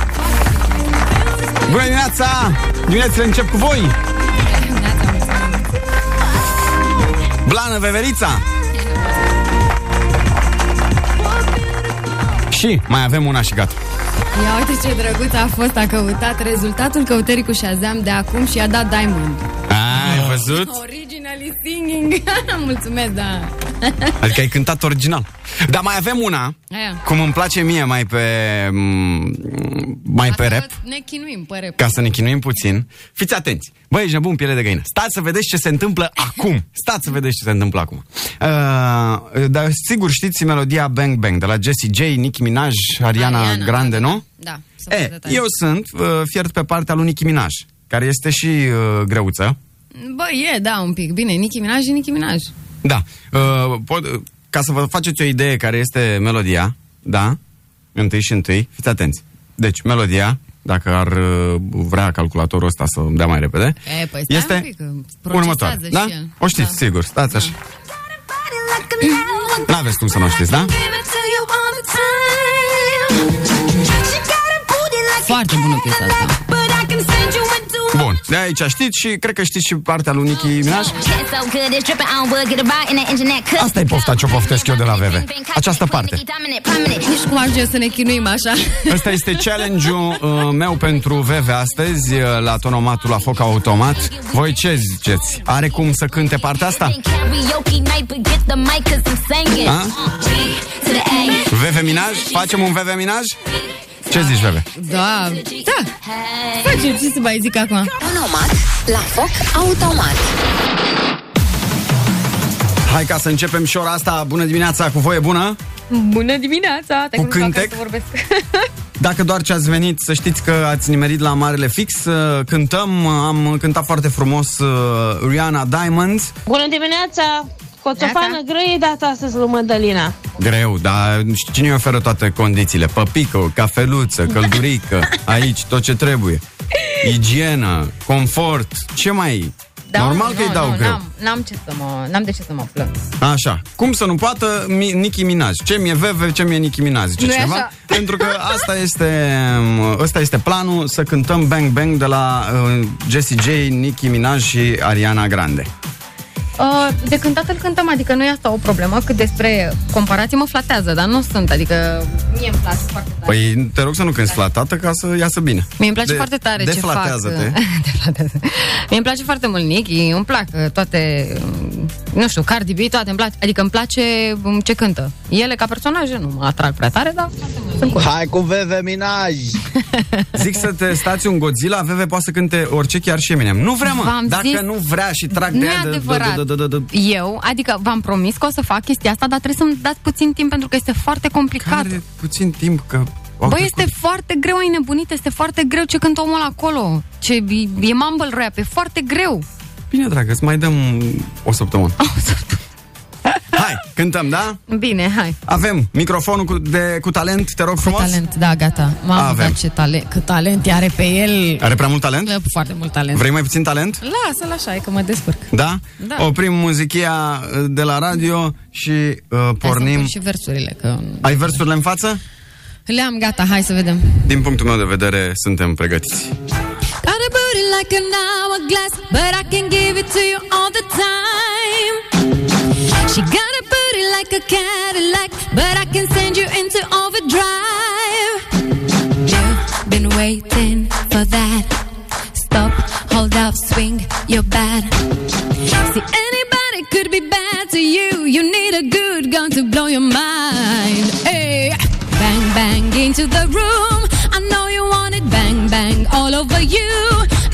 Bună dimineața! Dimineața încep cu voi! Blană Veverița! Și mai avem una și gata. Ia uite ce drăguț a fost, a căutat rezultatul căutării cu Shazam de acum și a dat Diamond. Ai văzut? Originally singing. Mulțumesc, da. Adică ai cântat original. Dar mai avem una, Aia. cum îmi place mie mai pe m, mai pe rap, Ne chinuim pe rap. ca să ne chinuim puțin. Fiți atenți. Băi, ești nebun piele de găină. Stați să vedeți ce se întâmplă acum. Stați să vedeți ce se întâmplă acum. Uh, dar sigur știți melodia Bang Bang de la Jessie J, Nicki Minaj, Ariana, Ariana, Grande, nu? Da, să E, detalii. eu sunt uh, fiert pe partea lui Nicki Minaj, care este și uh, greuță. Bă, e, da, un pic. Bine, Nicki Minaj e Nicki Minaj. Da. Uh, pot, uh, ca să vă faceți o idee care este melodia, da? Întâi și întâi, fiți atenți. Deci, melodia, dacă ar uh, vrea calculatorul ăsta să îmi dea mai repede, E, păi stai un este pic, că procesează următoare. și Da? el. O știți, sigur. Stați așa. N-aveți cum să nu o știți, da? Foarte bună piesa asta. Bun. De aici știți și cred că știți și partea lui Nicki Minaj. Asta e pofta ce o poftesc eu de la VV. Această parte. Nu știu cum ajunge să ne chinuim așa. Ăsta este challenge-ul uh, meu pentru VV astăzi uh, la tonomatul la foc automat. Voi ce ziceți? Are cum să cânte partea asta? A? VV Minaj? Facem un VV Minaj? Ce zici, VV? Da, da. Facem ce să mai zic acum. Tonomat la foc automat. Hai ca să începem și ora asta. Bună dimineața, cu voie bună! Bună dimineața! Te Cu cântec? Să vorbesc. Dacă doar ce ați venit, să știți că ați nimerit la Marele Fix. uh, Cântăm, am cântat foarte frumos uh, Rihanna Diamonds. Bună dimineața! Coțofană grăie data astăzi lui Mădălina. Greu, dar cine îi oferă toate condițiile? Păpică, cafeluță, căldurică, aici tot ce trebuie. Igienă, confort, ce mai... Da, Normal nu, că îi dau nu, greu. N-am, n-am, ce să mă, n-am de ce să mă plâng. Așa, cum să nu poată Mi- Nicki Minaj? Ce mi-e Veve, ce mi-e Nicki Minaj, zice Nu-i cineva? așa. Pentru că asta este, ăsta este planul, să cântăm Bang Bang de la uh, Jessie J, Nicki Minaj și Ariana Grande. Uh, de cântat îl cântăm, adică nu e asta o problemă, cât despre comparații mă flatează, dar nu sunt, adică mie îmi place foarte tare. Păi te rog să nu cânti flatată ca să iasă bine. Mie îmi place foarte tare ce fac. Deflatează-te. Deflatează. Mie îmi place foarte mult Nicki, îmi plac uh, toate, um, nu știu, Cardi B, toate îmi place, adică îmi place um, ce cântă. Ele ca personaje nu mă atrag prea tare, dar foarte mult. încolo. Hai cu Veve Minaj! Zic să te stați un Godzilla, Veve poate să cânte orice, chiar și Eminem. Nu vrea, mă! V-am Dacă zis- nu vrea și trag Nu de e ea... de- adevărat. de- de- de- de- de- Eu, adică v-am promis că o să fac chestia asta, dar trebuie să-mi dați puțin timp pentru că este foarte complicat. Are puțin timp că... au Bă, trecut. este foarte greu, ai nebunit, este foarte greu ce cântă omul acolo. Ce, e, e mumble rap, e foarte greu. Bine, dragă, îți mai dăm o săptămână. Hai, cântăm, da? Bine, hai. Avem microfonul cu, de, cu talent, te rog frumos. Talent, da, gata. Mamă, Avem. dar ce talent, cât talent are pe el. Are prea mult talent? Foarte mult talent. Vrei mai puțin talent? Lasă-l așa, e că mă descurc. Da? Da. Oprim muzichia uh, de la radio și uh, Hai să pornim. pun și versurile, că Ai versurile în față? le-am gata, hai să vedem. Din punctul meu de vedere, suntem pregătiți. Got a booty like an hourglass, but I can give it to you all the time. She got a booty like a Cadillac, but I can send you into overdrive. You've been waiting for that. Stop, hold up, swing your bat. See, anybody could be bad to you. You need a good gun to blow your mind. Hey, bang, bang into the room. I know you want it. Bang, bang all over you.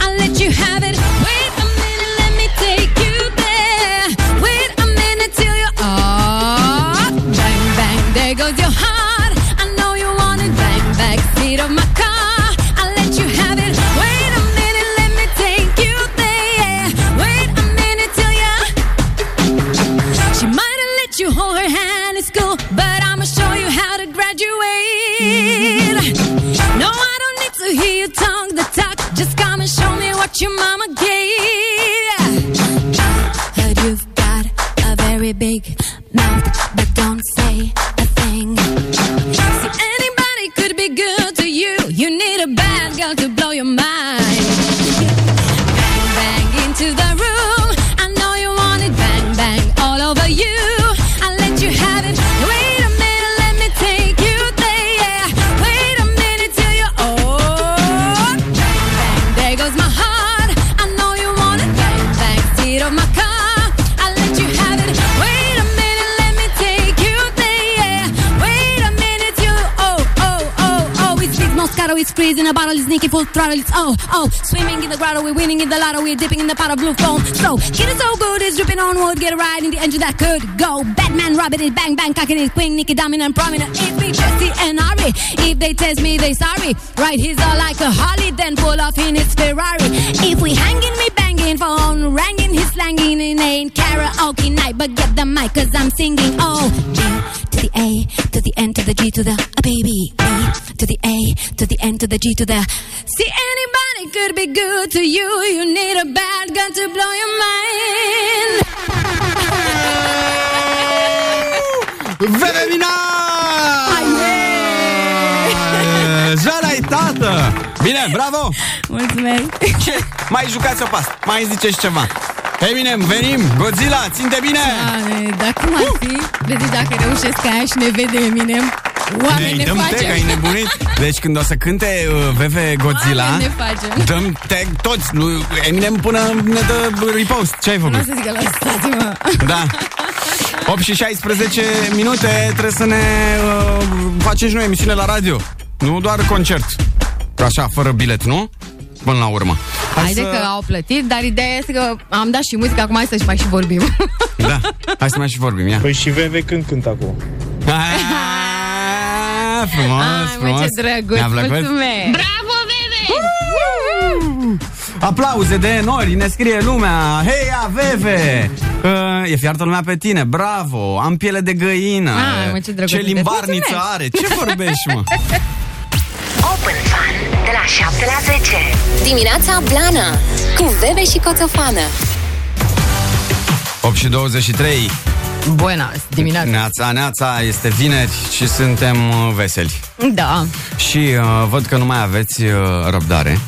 I'll let you have it. Wait a minute, let me take you there. Wait a minute till you're up. Bang, bang, there goes your heart. I know you want it. Bang, back seat of my car. I'll let you have it. Wait a minute, let me take you there. Wait a minute till you're she might have let you hold her hand in school, but I'ma show you how to graduate. No, I don't need to hear your tongue the talk. Just come and show me what your mama gave. I heard you've got a very big mouth, but don't say a thing. See, anybody could be good to you. You need a bad girl to blow your mind. Bang, bang into the room. I know you want it. Bang, bang all over you. I'll let you have it. Wait a minute, let me take you there. Yeah. Wait a minute till you're old. Bang, bang, there goes my heart. I know you want it. Bang, bang, seat of my car. I'll let you have it. Wait a minute, let me take you there. Yeah. Wait a minute, you. Oh, oh, oh, oh. It's big Moscato, it's freezing a bottle, it's sneaky full throttle, it's oh, oh. Swimming in the grotto, we're winning in the lotto, we're dipping in the pot of blue foam. So, getting so good, it's dripping on wood, get a ride in the engine that could go. Batman, Robin, it bang, bang, cocking it, queen, Nicky, dominant, prominent. It's me, Jesse and Ari. If they test me, they sorry. Right, he's all like a Harley, then pull off in his Ferrari. If we hanging, me banging, phone ringing, he's slanging, it ain't karaoke night, but get the mic, cause I'm singing, oh. G to the A, to the N, to the G, to the uh, baby. B to the A, to the N, to the G, to the. See, anybody could be good to you. You need a bad gun to blow your mind. Veve Jana-i tată! Bine, bravo! Mulțumesc! Ce? Mai jucați o pas, mai ziceți ceva. Eminem, venim! Godzilla, ținte bine! Doamne, dar cum ar fi? Vedeți dacă reușesc ca aia și ne vede Eminem? Oameni Da, ne, dăm facem! tag, ai nebunit! Deci când o să cânte uh, VV Godzilla, Oameni ne facem. dăm tag toți, lui Eminem până ne dă repost. Ce ai făcut? Nu o să zică, lăsați-mă! Da. 8 și 16 minute Trebuie să ne uh, facem și noi emisiune la radio Nu doar concert Așa, fără bilet, nu? Până la urmă Hai Haide să... că au plătit, dar ideea este că am dat și muzică, acum hai să mai și vorbim. Da, hai să mai și vorbim, ia Păi și Veve când cânt acum? Aaa, Frumos, Ai, mă, frumos ce drăguț, Mi-a plăcut? mulțumesc! Bravo, bebe! Aplauze de nori, ne scrie lumea Hei, aveve uh, E fiartă lumea pe tine, bravo Am piele de găină Ai, mă, ce drăguț ce sunteți. limbarniță Mulțumesc. are Ce vorbești, mă? Open Fun de la 7 la 10. Dimineața Blana Cu Bebe și Coțofană 8 și 23 Bună dimineața! Neața, neața, este vineri și suntem uh, veseli Da, Și uh, văd că nu mai aveți uh, răbdare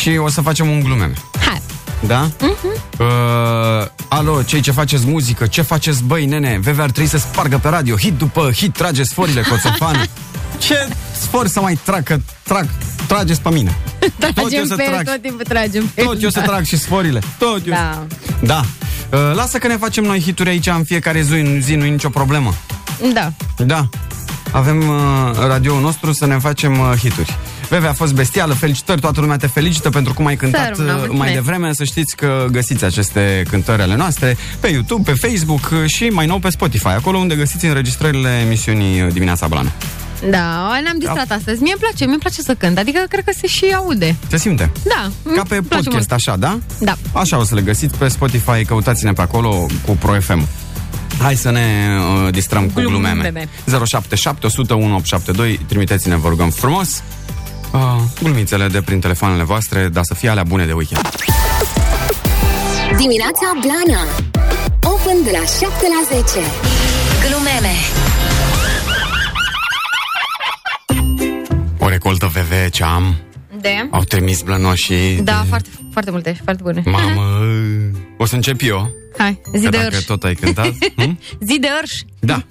Și o să facem un glumeme hai! Da? Uh, alo, cei ce faceți muzică, ce faceți băi, nene VV ar trebui să spargă pe radio Hit după hit, trage sforile, coțofană Ce sfor să mai trag, că trag, trageți pe mine Tot eu Tragem să pe el, trag. tot timpul tragem pe Tot el. eu să trag și sforile Tot eu Da. Da Uh, Lasă că ne facem noi hituri aici în fiecare zi, zi nu e nicio problemă Da. Da. avem uh, radioul nostru să ne facem uh, hituri. Veve a fost bestială, felicitări, toată lumea te felicită pentru cum ai cântat Sărmână, uh, mai da, mulțumesc. devreme. Să știți că găsiți aceste cântări ale noastre pe YouTube, pe Facebook uh, și mai nou pe Spotify, acolo unde găsiți înregistrările emisiunii uh, Dimineața Blană. Da, ne-am distrat astăzi. Mie îmi place, mie îmi place să cânt. Adică cred că se și aude. Se simte? Da. Ca pe podcast, așa, da? Da. Așa o să le găsiți pe Spotify, căutați-ne pe acolo cu Pro FM. Hai să ne uh, distrăm cu Glumeme. glumeme. 077 101 872, trimiteți-ne, vă rugăm frumos. Uh, glumițele de prin telefoanele voastre, dar să fie alea bune de weekend. Dimineața Blana Open de la 7 la 10 Glumeme O recoltă VV ce am, De? au trimis blănoșii. Da, foarte, foarte multe și foarte bune. Mamă, o să încep eu, Hai, zi Mm. că de dacă ărș. tot ai cântat. hm? Zi de ărș. Da.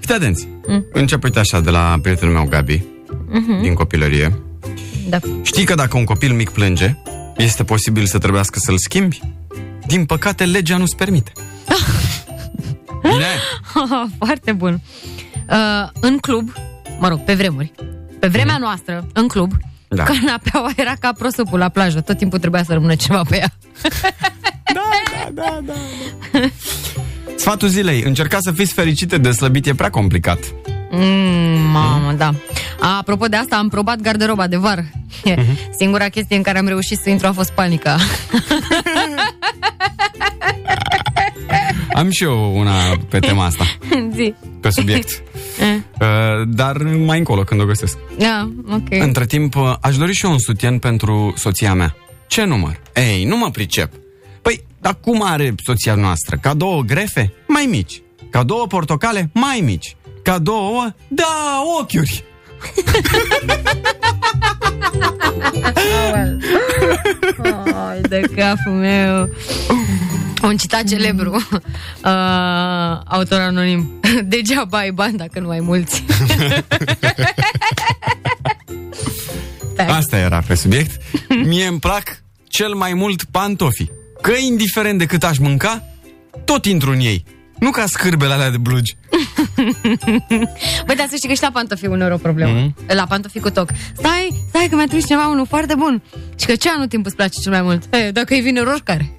Fiți atenți. Mm. Încep uite așa de la prietenul meu Gabi, Mhm. din copilărie. Da. Știi că dacă un copil mic plânge, este posibil să trebuiască să-l schimbi? Din păcate, legea nu-ți permite. Bine? Foarte bun. Uh, în club, mă rog, pe vremuri, pe vremea noastră, în club, Da. Mm. da. canapeaua era ca prosopul la plajă. Tot timpul trebuia să rămână ceva pe ea. da, da, da. Sfatul zilei. Încercați să fiți fericite de slăbit, e prea complicat. Mm, mamă, da. Apropo de asta, am probat garderoba de vară. Singura chestie în care am reușit să intru a fost panica. Am și eu una pe tema asta, Zi. pe subiect. Eh, Uh, Dar mai încolo, când o găsesc. Da, ok. Între timp, uh, aș dori și eu un sutien pentru soția mea. Ce număr? Ei, nu mă pricep. Păi, dar cum are soția noastră? Ca două grefe? Mai mici. Ca două portocale? Mai mici. Ca două ouă? Da, ochiuri. Ai de capul meu Un citat celebru uh, Autor anonim Degeaba ai bani dacă nu ai mulți Asta era pe subiect. Mie îmi plac cel mai mult pantofii. Că indiferent de cât aș mânca, tot intru în ei. Nu ca scârbele alea de blugi. Băi, dar să știi că și la pantofi uneori o problemă Mhm. La pantofi cu toc Stai, stai că mi-a trimis cineva unul foarte bun Și că ce anotimp îți place cel mai mult? E, dacă îi vine roșcare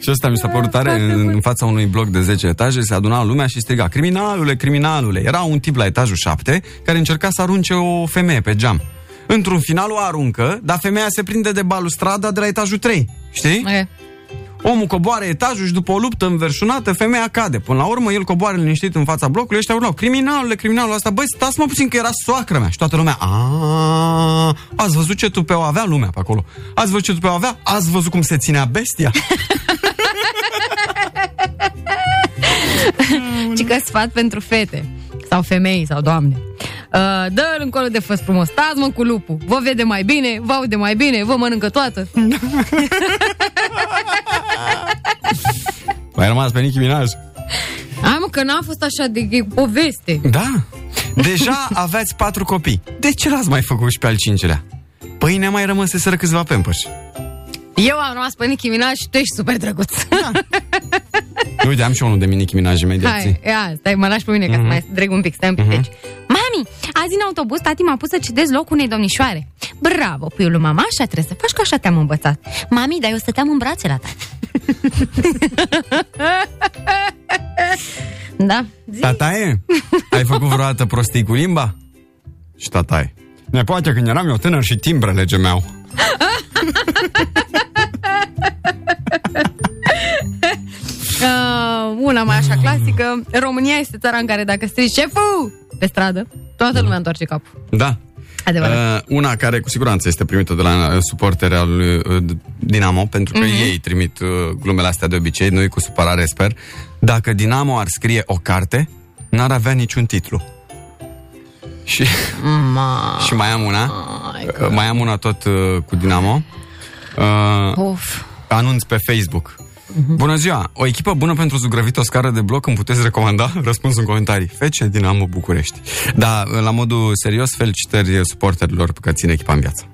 Și asta mi s-a părut tare în, în fața unui bloc de 10 etaje Se aduna lumea și striga Criminalule, criminalule Era un tip la etajul 7 Care încerca să arunce o femeie pe geam Într-un final o aruncă Dar femeia se prinde de balustrada de la etajul 3 Știi? E. Omul coboară etajul și după o luptă înverșunată Femeia cade Până la urmă el coboară liniștit în fața blocului Ăștia urlau Criminalule, criminalul asta Băi, stați-mă puțin că era soacră mea Și toată lumea "Aaa, Ați văzut ce tupeu avea lumea pe acolo Ați văzut ce tupeu avea Ați văzut cum se ținea bestia Ci că sfat pentru fete sau femei sau doamne. Uh, dă-l încolo de fost frumos. Stați mă cu lupul. Vă vede mai bine, vă aude mai bine, vă mănâncă toată. Mai rămas pe Nicki Minaj Hai mă, că n-a fost așa de e poveste. Da. Deja aveați patru copii. De ce l-ați mai făcut și pe al cincilea? Păi ne mai rămăseseră câțiva pampers. Eu am rămas pe Nicki Minaj și tu ești super drăguț. Uite, am și unul de minic Minaj imediat. Hai, ia, stai, mă lași pe mine ca să Deci- Mhm. mai dreg un pic, stai un pic Mhm. aici. Mami, azi în autobuz tati m-a pus să cedez locul unei domnișoare. Bravo, puiul lui mama, așa trebuie să faci, că așa te-am învățat. Mami, dar eu stăteam în brațe la tati. da, Tataie, ai făcut vreodată prostii cu limba? Și tataie. Ne poate când eram eu tânăr și timbrele gemeau. Uh, una mai așa clasică. România este țara în care dacă strici șeful pe stradă, toată lumea întoarce capul. Da. Adevărat. Uh, una care cu siguranță este primită de la uh, suporteri al lui uh, Dinamo, pentru că Mhm. ei trimit uh, glumele astea de obicei, noi cu supărare sper. Dacă Dinamo ar scrie o carte, n-ar avea niciun titlu. Și, Ma... și mai am una, uh, mai am una tot uh, cu Dinamo. Uh, Uf. Anunț pe Facebook. Bună ziua! O echipă bună pentru zugrăvit o scară de bloc îmi puteți recomanda? Răspuns în comentarii. Fece Dinamo București. Dar, uh, la modul serios, felicitări suporterilor că țin echipa în viață.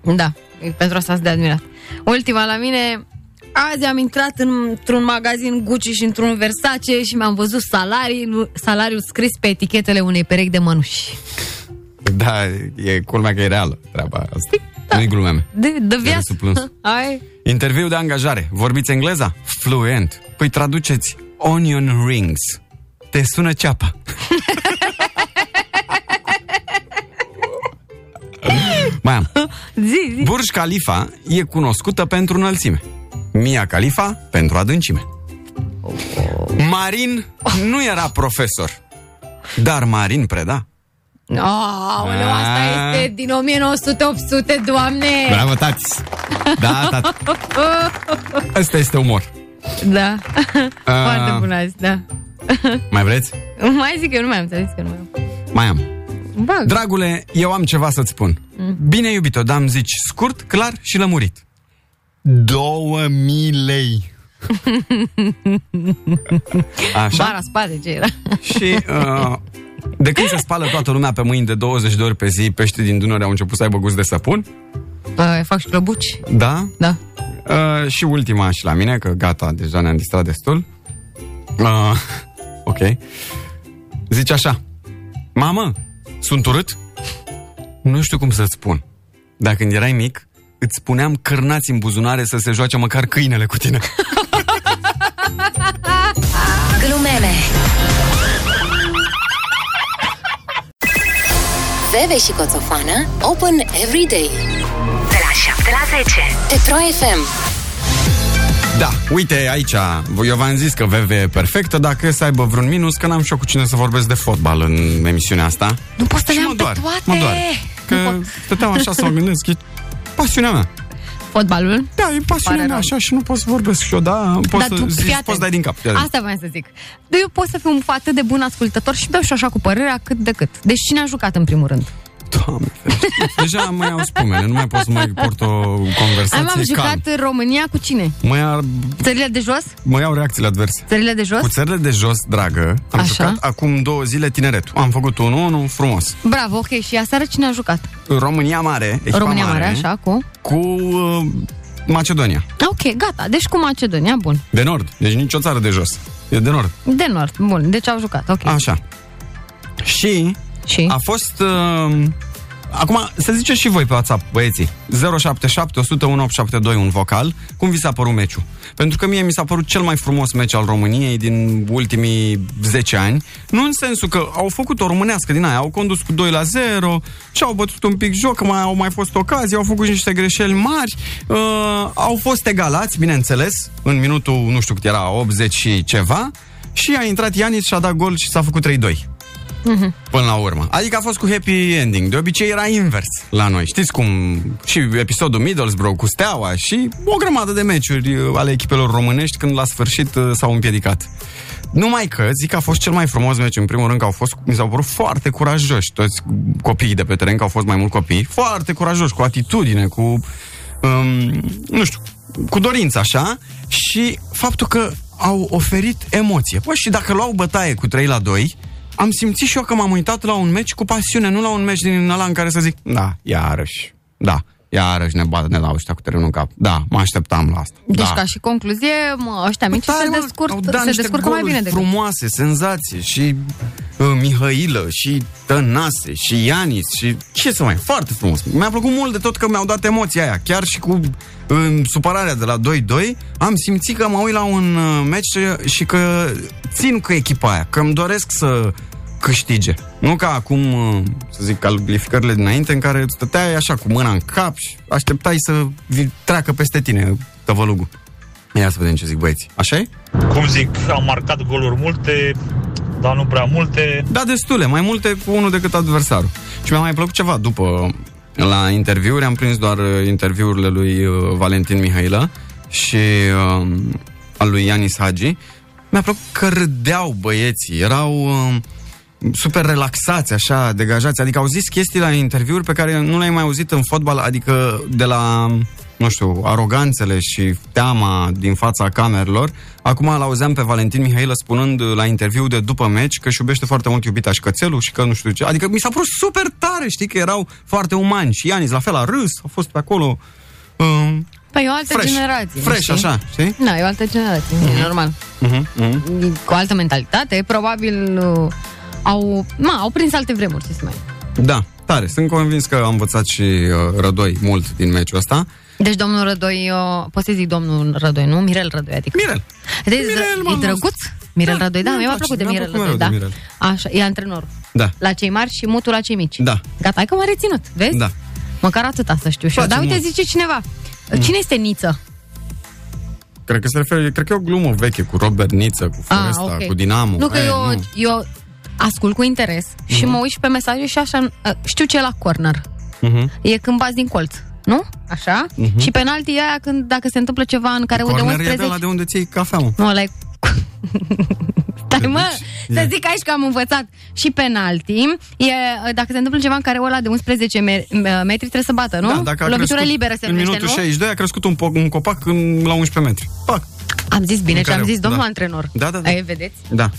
Da, pentru asta sunt de admirat. Ultima la mine, Azi am intrat în- într-un magazin Gucci și într-un Versace și mi-am văzut salariul, salariul scris pe etichetele unei perechi de mănuși. Da, e culmea că e reală treaba asta. Nu-i glumeam. De, de viață. râsul plâns. Ai? Interviu de angajare. Vorbiți engleza? Fluent. Păi traduceți onion rings. Te sună ceapa. Mai am. Zi, zi. Burj Khalifa e cunoscută pentru înălțime. Mia Khalifa pentru adâncime. Marin nu era profesor, dar Marin preda. Aoleu, asta Ah. este din 1900, doamne! Bravo, tati! Da, tati. Asta este umor. da. Foarte Ah. bun azi, da. Mai vreți? mai zic că eu, nu mai am, ți-am zis că nu mai am. Mai am. Da, Bag. Dragule, eu am ceva să-ți spun. Bine, iubito, dar îmi zici scurt, clar și lămurit. 2000 lei. Așa. Bara spate, ce era? Și uh, de când se spală toată lumea pe mâini de 20 de ori pe zi, pești din Dunăre au început să aibă gust de săpun. Uh, fac și clăbuci. Da? Da. Uh, și ultima și la mine, că gata, deja ne-am distrat destul. Uh, ok. Zice așa. Mamă, sunt urât? Nu știu cum să-ți spun. Dar când erai mic, îți spuneam cărnați în buzunare să se joace măcar câinele cu tine. Glumeme Bebe și Coțofană Open every day De la 7 la 10 Pe Pro FM Da, uite aici, eu v-am zis că VV e perfectă, dacă e să aibă vreun minus, că n-am și eu cu cine să vorbesc de fotbal în emisiunea asta. Nu pot să Și le mă am doare, pe toate! mă doare. Că stăteam așa să mă gândesc, e pasiunea mea. Fotbalul? Da, e pasiunea mea așa și nu pot să vorbesc și eu, da, pot Dar să tu, zici, fii poți atent. să dai din cap. Ia zi. Asta vreau să zic. De eu pot să fiu un atât de bun ascultător și dau și așa cu părerea cât de cât. Deci cine a jucat în primul rând? Deja mai au spumele, nu mai pot să mai port o Am, am conversație jucat calm. în România cu cine? Mă ia- Țările de jos? Mă iau reacțiile adverse. Țările de jos? Cu țările de jos, dragă, am Așa. jucat acum două zile tineretul. Am făcut unul, unul frumos. Bravo, ok. Și aseară cine a jucat? România Mare, echipa România Mare, așa, cu... cu uh, Macedonia. Ok, gata. Deci cu Macedonia, bun. De nord, deci nicio țară de jos. E de nord. De nord, bun. Deci au jucat, ok. Așa. Și, și? a fost... Uh, acum, să ziceți și voi pe WhatsApp, băieții. 077 101 872 un vocal. Cum vi s-a părut meciul? Pentru că mie mi s-a părut cel mai frumos meci al României din ultimii 10 ani. Nu în sensul că au făcut o românească din aia, au condus cu 2 la 0, și au bătut un pic joc, mai au mai fost ocazii, au făcut și niște greșeli mari, uh, au fost egalați, bineînțeles, în minutul, nu știu cât era, 80 și ceva, și a intrat Ianis și a dat gol și s-a făcut 3-2 Mhm. până la urmă. Adică a fost cu happy ending. De obicei era invers la noi. Știți cum și episodul Middlesbrough cu Steaua și o grămadă de meciuri uh, ale echipelor românești când la sfârșit uh, s-au împiedicat. Numai că, zic că a fost cel mai frumos meci. În primul rând că au fost, mi s-au părut foarte curajoși toți copiii de pe teren, că au fost mai mulți copii. Foarte curajoși, cu atitudine, cu... Um, nu știu, cu dorință așa și faptul că au oferit emoție. Păi și dacă luau bătaie cu 3 la 2, am simțit și eu că m-am uitat la un meci cu pasiune, nu la un meci din ăla în care să zic, da, iarăși, da, iarăși ne bat, ne lau ăștia cu terenul în cap. Da, mă așteptam la asta. Deci da. ca și concluzie, mă, ăștia mici se, descurt, Da, se niște descurcă mai goluri bine decât... frumoase, senzație și uh, Mihailă și Tănase și Ianis și ce să mai, foarte frumos. Mi-a plăcut mult de tot că mi-au dat emoția aia, chiar și cu uh, supărarea de la 2-2, am simțit că mă uit la un uh, meci și că țin cu echipa aia, că îmi doresc să câștige. Nu ca acum, uh, să zic, calificările dinainte în care stăteai așa cu mâna în cap și așteptai să vi- treacă peste tine tăvălugul. Ia să vedem ce zic băieți. Așa e? Cum zic, am marcat goluri multe, dar nu prea multe. Da, destule, mai multe cu unul decât adversarul. Și mi-a mai plăcut ceva după la interviuri, am prins doar uh, interviurile lui uh, Valentin Mihailă și uh, al lui Ianis Hagi. Mi-a plăcut că râdeau băieții, erau uh, super relaxați, așa, degajați. Adică au zis chestii la interviuri pe care nu le-ai mai auzit în fotbal, adică de la nu știu, aroganțele și teama din fața camerelor. Acum îl auzeam pe Valentin Mihailă spunând uh, la interviu de după meci că își iubește foarte mult iubita și cățelul și că nu știu ce. Adică mi s-a părut super tare, știi, că erau foarte umani. Și Ianis la fel a râs, a fost pe acolo. Um, Păi e o altă Fresh. generație. Fresh, știi? așa, știi? Mhm. Da, e o altă generație, mm-hmm. e normal. Cu altă mentalitate, probabil uh, au, ma, au prins alte vremuri, ce să mai. Da, tare. Sunt convins că am învățat și uh, Rădoi mult din meciul ăsta. Deci domnul Rădoi, uh, poți să zic domnul Rădoi, nu? Mirel Rădoi, adică. Mirel. Deci, Mirel e drăguț? Mirel da, Rădoi, da, mi-a plăcut de mi-a Mirel plăcut Rădoi, da. mereu de Așa, e antrenor. Da. La cei mari și mutul la cei mici. Da. Gata, hai că m-a reținut, vezi? Da. Măcar atâta să știu și eu. Face Dar uite, mult. zice cineva, Mm. cine este Niță? Cred că se referă, cred că e o glumă veche cu Robert Niță, cu Foresta, Ah, ok. cu Dinamo. Nu, că Eh, eu, nu. eu ascult cu interes și mă uit și pe mesaje și așa, uh, știu ce e la corner. Mhm. E când bați din colț, nu? Așa? Mhm. Și penalti e aia când, dacă se întâmplă ceva în care unde Corner e 11... de la de unde ții cafea, mă. Nu, ăla e... Stai, mă, să ia. zic aici că am învățat și penalti. E, uh, dacă se întâmplă ceva în care ăla de 11 me- m- metri trebuie să bată, nu? Da, dacă a Lovitură crescut liberă se În numește, minutul nu? 62 a crescut un, po- un copac în, la 11 metri. Pac. Am zis bine În ce am care- zis, domnul da. antrenor. Da, da, da. E, vedeți? Da.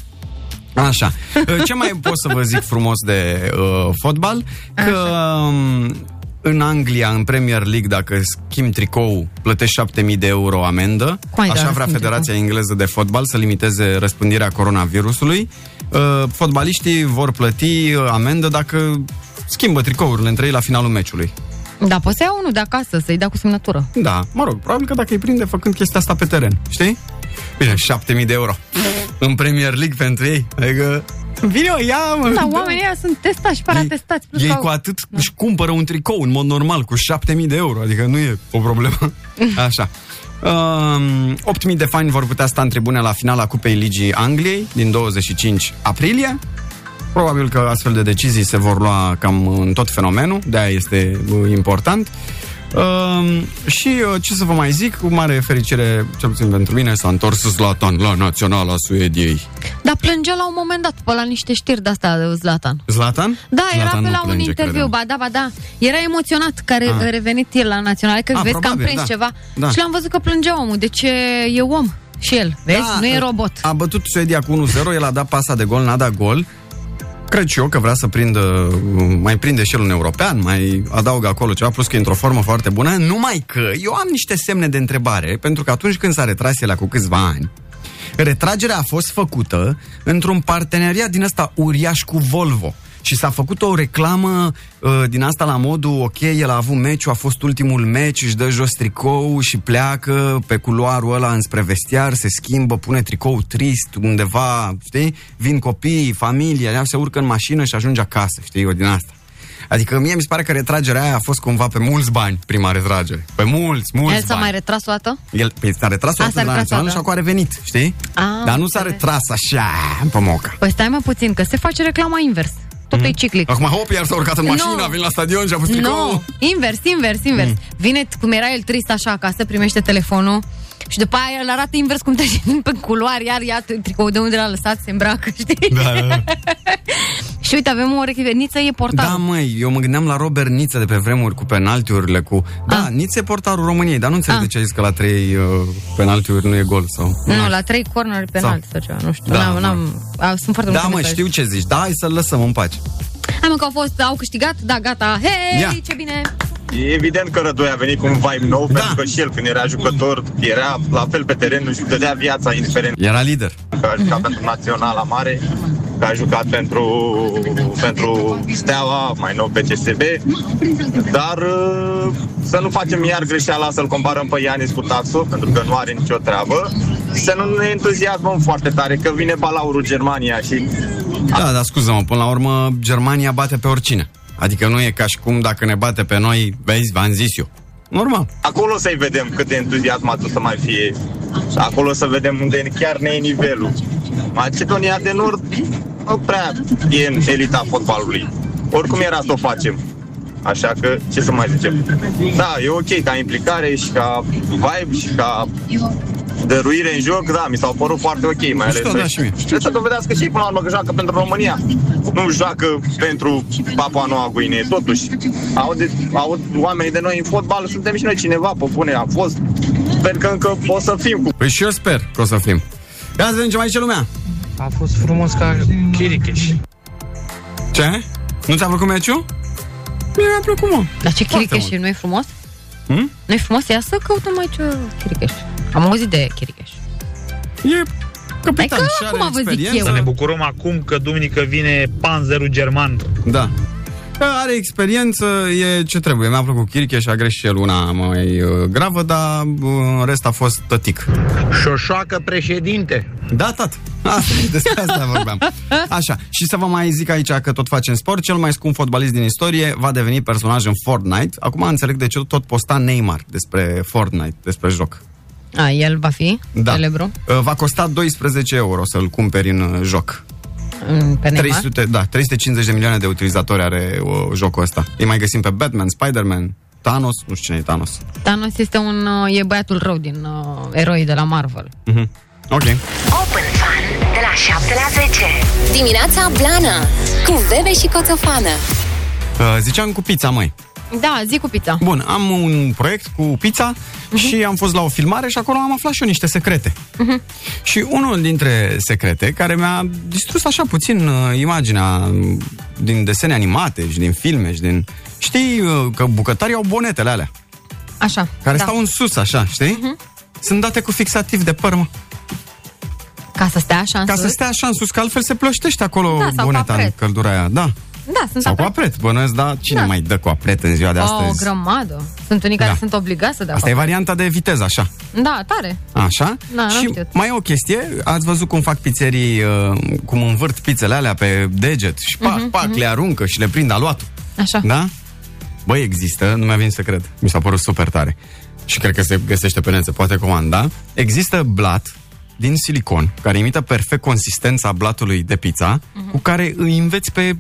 Așa. Ă, Ce mai pot să vă zic frumos de uh, fotbal? Că um, în Anglia, în Premier League, dacă schimbi tricou, plătești 7000 de euro amendă. Cum ai dat Așa la vrea schimb Federația Engleză de Fotbal să limiteze răspândirea coronavirusului. Uh, fotbaliștii vor plăti uh, amendă dacă schimbă tricourile între ei la finalul meciului. Da, poți să iau unul de acasă, să-i dea cu semnătură. Da, mă rog, probabil că dacă îi prinde făcând chestia asta pe teren, știi? Bine, 7000 de euro în Premier League pentru ei. Adică Vine o Mhm. ia, mă. Da, oamenii ăia sunt testați și paratestați. Plus ei că au- Da. cu atât își cumpără un tricou în mod normal cu 7000 de euro, adică nu e o problemă. Așa. Um, 8000 de fani vor putea sta în tribune la finala Cupei Ligii Angliei din 25 aprilie. Probabil că astfel de decizii se vor lua cam în tot fenomenul, de-aia este bă, important. Um, și uh, ce să vă mai zic, cu mare fericire, cel puțin pentru mine, s-a întors Zlatan la Naționala Suediei. Dar plângea la un moment dat pe la niște știri de-astea de Zlatan. Zlatan? Da, era Zlatan pe nu la un plânge, interviu, credeam. ba da, ba da. Era emoționat că re- Ah. a revenit el la național, că Ah, vezi că am probabil, prins da. ceva. Da. Și l-am văzut că plângea omul, deci e- e om și el, vezi? Da, nu e robot. A bătut Suedia cu 1-0, el a dat pasa de gol, n-a dat gol. Cred și eu că vrea să prindă, mai prinde și el un european, mai adaugă acolo ceva, plus că e într-o formă foarte bună, numai că eu am niște semne de întrebare, pentru că atunci când s-a retras el acum câțiva ani, retragerea a fost făcută într-un parteneriat din ăsta uriaș cu Volvo. Și s-a făcut o reclamă uh, din asta la modul, ok, el a avut meciul, a fost ultimul meci, își dă jos tricou și pleacă pe culoarul ăla înspre vestiar, se schimbă, pune tricou trist undeva, știi? Vin copiii, familia, se urcă în mașină și ajunge acasă, știi, o din asta. Adică mie mi se pare că retragerea aia a fost cumva pe mulți bani prima retragere. Pe mulți, mulți El s-a bani. mai retras o dată? El păi, s-a retras o A, dată s-a de la retras națională o și dată. acum a revenit, știi? Ah, Dar nu s-a retras așa, pe moca. Păi stai mă puțin, că se face reclama invers. Tot Mhm. e ciclic. Acum, hop, iar s-a urcat în mașină, Nu. a venit la stadion și a pus tricoul. Nu, invers, invers, invers. Mm. Vine t- cum era el trist așa acasă, primește telefonul și după aia îl arată invers cum trece din pe culoar, iar ia tricou de unde l-a lăsat, se îmbracă, știi? Da, da, da. și uite, avem o rechiveniță, e portar. Da, măi, eu mă gândeam la Robert Niță de pe vremuri cu penaltiurile, cu... Da, Niță e portarul României, dar nu înțeleg de ce ai zis că la trei uh, penaltiuri Ah. nu e gol sau... Nu, la trei corneri penalti sau ceva, nu știu. Da, n-am, mă. n-am, a, sunt Da, foarte multe mă, mesaje. știu ce zici, da, hai să-l lăsăm în pace. Hai mă, că au fost, au câștigat, da, gata, hei, Ia. ce bine! E evident că Rădoi a venit cu un vibe nou, pentru că și el când era jucător era la fel pe teren, își dădea viața indiferent. Era lider. Că a jucat pentru Naționala Mare, că a jucat pentru, pentru Steaua, mai nou PCSB, dar uh, să nu facem iar greșeala să-l comparăm pe Ianis cu Taxo, pentru că nu are nicio treabă, să nu ne entuziasmăm foarte tare, că vine balaurul Germania și Da, dar scuză-mă, până la urmă Germania bate pe oricine. Adică nu e ca și cum dacă ne bate pe noi, vezi, v-am zis eu. Normal. Acolo să-i vedem cât de entuziasmat o să mai fie. Acolo să vedem unde chiar ne e nivelul. Macedonia de Nord nu prea e în elita fotbalului. Oricum era să o facem. Așa că, ce să mai zicem? Da, e ok ca implicare și ca vibe și ca dăruire în joc, da, mi s-au părut foarte ok, mai ales Mișto, da, și mie. Trebuie să dovedească și ei până la urmă că joacă pentru România. Nu joacă pentru Papua Noua Guinee, totuși. Au, de, au oamenii de noi în fotbal, suntem și noi cineva, pe bune, am fost. Sper că încă o să fim cu... Păi și eu sper că o să fim. Ia să vedem ce mai zice lumea. A fost frumos ca Chiricheș. Ce? Nu ți-a plăcut meciul? Mie mi-a plăcut, mă. Dar ce Foarte chirică și mult. nu e frumos? Hm? Nu-i frumos? Ia să căutăm aici uh, Chiricheș. Am auzit de Chiricheș. E capitan Hai Păi că acum vă zic eu. Să ne bucurăm acum că duminică vine panzerul german. Da. Că Are experiență, e ce trebuie. Mi-a plăcut Chiricheș, a greșit și el una mai uh, gravă, dar uh, în rest a fost tătic. Șoșoacă președinte. Da, tat. Asta, e, despre asta vorbeam. Așa, și să vă mai zic aici că tot facem sport, cel mai scump fotbalist din istorie va deveni personaj în Fortnite. Acum înțeleg de ce tot posta Neymar despre Fortnite, despre joc. A, el va fi Da. celebru. Uh, Va costa 12 euro să-l cumperi în uh, joc. Mm, Pe Neymar. 300, da, 350 de milioane de utilizatori are uh, jocul ăsta. Îi mai găsim pe Batman, Spider-Man, Thanos, nu știu cine e Thanos. Thanos este un, uh, e băiatul rău din uh, eroii de la Marvel. Mhm. Ok. Open Fun de la 7 la 10. Dimineața Blana cu Bebe și Coțofană. Uh, ziceam cu pizza, măi. Da, zi cu pizza. Bun, am un proiect cu pizza Mhm. și am fost la o filmare și acolo am aflat și eu niște secrete. Mhm. Și unul dintre secrete care mi-a distrus așa puțin uh, imaginea uh, din desene animate și din filme și din... Știi uh, că bucătarii au bonetele alea, Așa. care da. Mhm. stau în sus așa, știi? Sunt date cu fixativ de păr, mă. Ca să stea așa în Ca sus. să stea așa în sus, că altfel se plăștește acolo Da, sau cu boneta în apret. căldura aia. Da. Da, sunt Sau cu apret, bănuiesc, dar cine Da. Oh, mai dă cu apret în ziua de o, o astăzi? grămadă. Sunt unii care Da. sunt obligați să dea Asta e cu varianta de viteză, așa. apă. Da, tare. Așa? Da, n-am și știut. mai e o chestie, ați văzut cum fac pizzerii, uh, cum învârt pizzele alea pe deget și pac, Mhm, pac, mhm. le aruncă și le prind aluatul. Așa. Da? Băi, există, nu mi-a venit să cred. Mi s-a părut super tare. Și cred că se găsește pe net, se poate comanda. Există blat din silicon, care imită perfect consistența blatului de pizza, Mhm. cu care îi înveți pe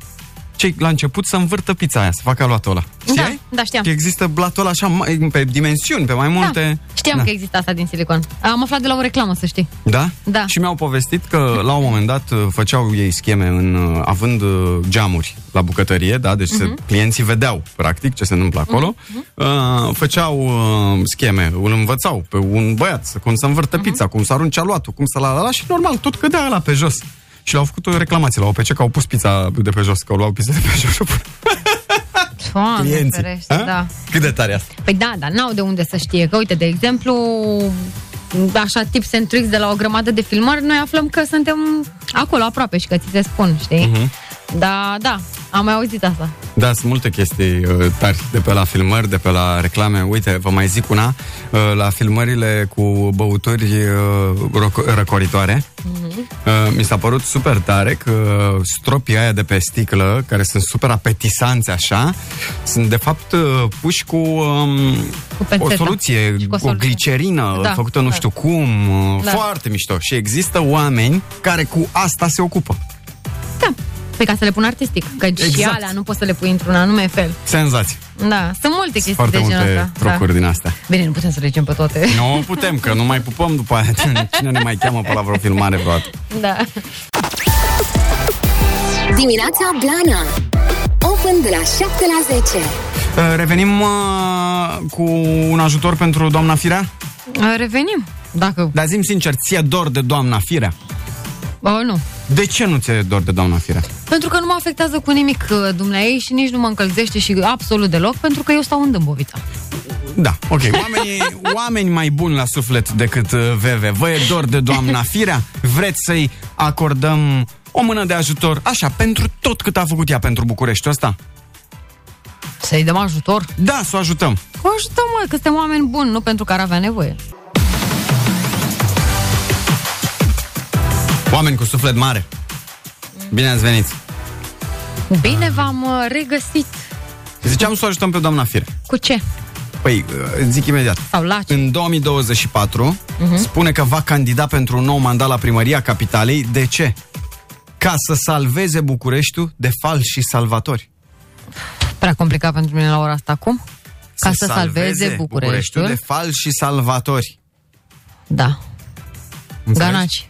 cei la început să învârtă pizza aia, să facă aluatul ăla. Da, da, știam. Că există blatul ăla așa mai- pe dimensiuni, pe mai multe... Da. Știam Da. că există asta din silicon. Am aflat de la o reclamă, să știi. Da? Da. Și mi-au povestit că la un moment dat uh, făceau ei scheme în, uh, având uh, geamuri la bucătărie, da? Deci Mhm. se, clienții vedeau, practic, ce se întâmplă acolo. Uh, făceau uh, scheme, îl învățau pe un băiat să- cum să învârtă Mhm. pizza, cum să arunce aluatul, cum să la la la și normal, tot cădea la pe jos. Și le-au făcut o reclamație la OPC că au pus pizza de pe jos, că au luat pizza de pe jos. și au pus- Doamne, Clienții. ferește, Ha? da. Cât de tare e asta? Păi da, dar n-au de unde să știe. Că uite, de exemplu, așa tip and tricks de la o grămadă de filmări, noi aflăm că suntem acolo aproape și că ți se spun, știi? Mhm. Da, da, am mai auzit asta. Da, sunt multe chestii uh, tari de pe la filmări, de pe la reclame. Uite, vă mai zic una, uh, la filmările cu băuturi uh, roc- răcoritoare. Mhm. Uh, Mi s-a părut super tare că stropii aia de pe sticlă, care sunt super apetisanți așa, sunt de fapt uh, puși cu, um, o pențetă. soluție, Și cu o o, soluție. glicerină Da, făcută nu da. știu cum, uh, Da. foarte mișto. Și există oameni care cu asta se ocupă. Păi ca să le pun artistic, că exact. și Exact. alea nu poți să le pui într-un anume fel. Senzați! Da, sunt multe chestii Foarte de genul multe ăsta. trocuri da. din astea. Bine, nu putem să legem pe toate. Nu putem, că nu mai pupăm după aia. Cine ne mai cheamă pe la vreo filmare vreodată? Da. Dimineața Blana. Open de la 7 la 10. Uh, Revenim uh, cu un ajutor pentru doamna Firea? Revenim, dacă... Dar zim sincer, ție dor de doamna Firea? Bă, nu. De ce nu ți-e dor de doamna Firea? Pentru că nu mă afectează cu nimic uh, dumneai și nici nu mă încălzește și absolut deloc, pentru că eu stau în Dâmbovița. Da, ok. Oamenii, oameni mai buni la suflet decât uh, VV. Vă e dor de doamna Firea? Vreți să-i acordăm o mână de ajutor, așa, pentru tot cât a făcut ea pentru Bucureștiul ăsta? Să-i dăm ajutor? Da, să o ajutăm. Că ajutăm, mă, că suntem oameni buni, nu pentru că ar avea nevoie. Oameni cu suflet mare. Bine ați venit. Bine Ah. v-am uh, regăsit. Ziceam să o ajutăm pe doamna Firea. Cu ce? Păi, îți zic imediat. Sau la În 2024 Mhm. spune că va candida pentru un nou mandat la primăria capitalei. De ce? Ca să salveze Bucureștiul de falși salvatori. Prea complicat pentru mine la ora asta acum. Ca să, salveze Bucureștiul. de falși salvatori. Da. Înțelegi? Ganaci.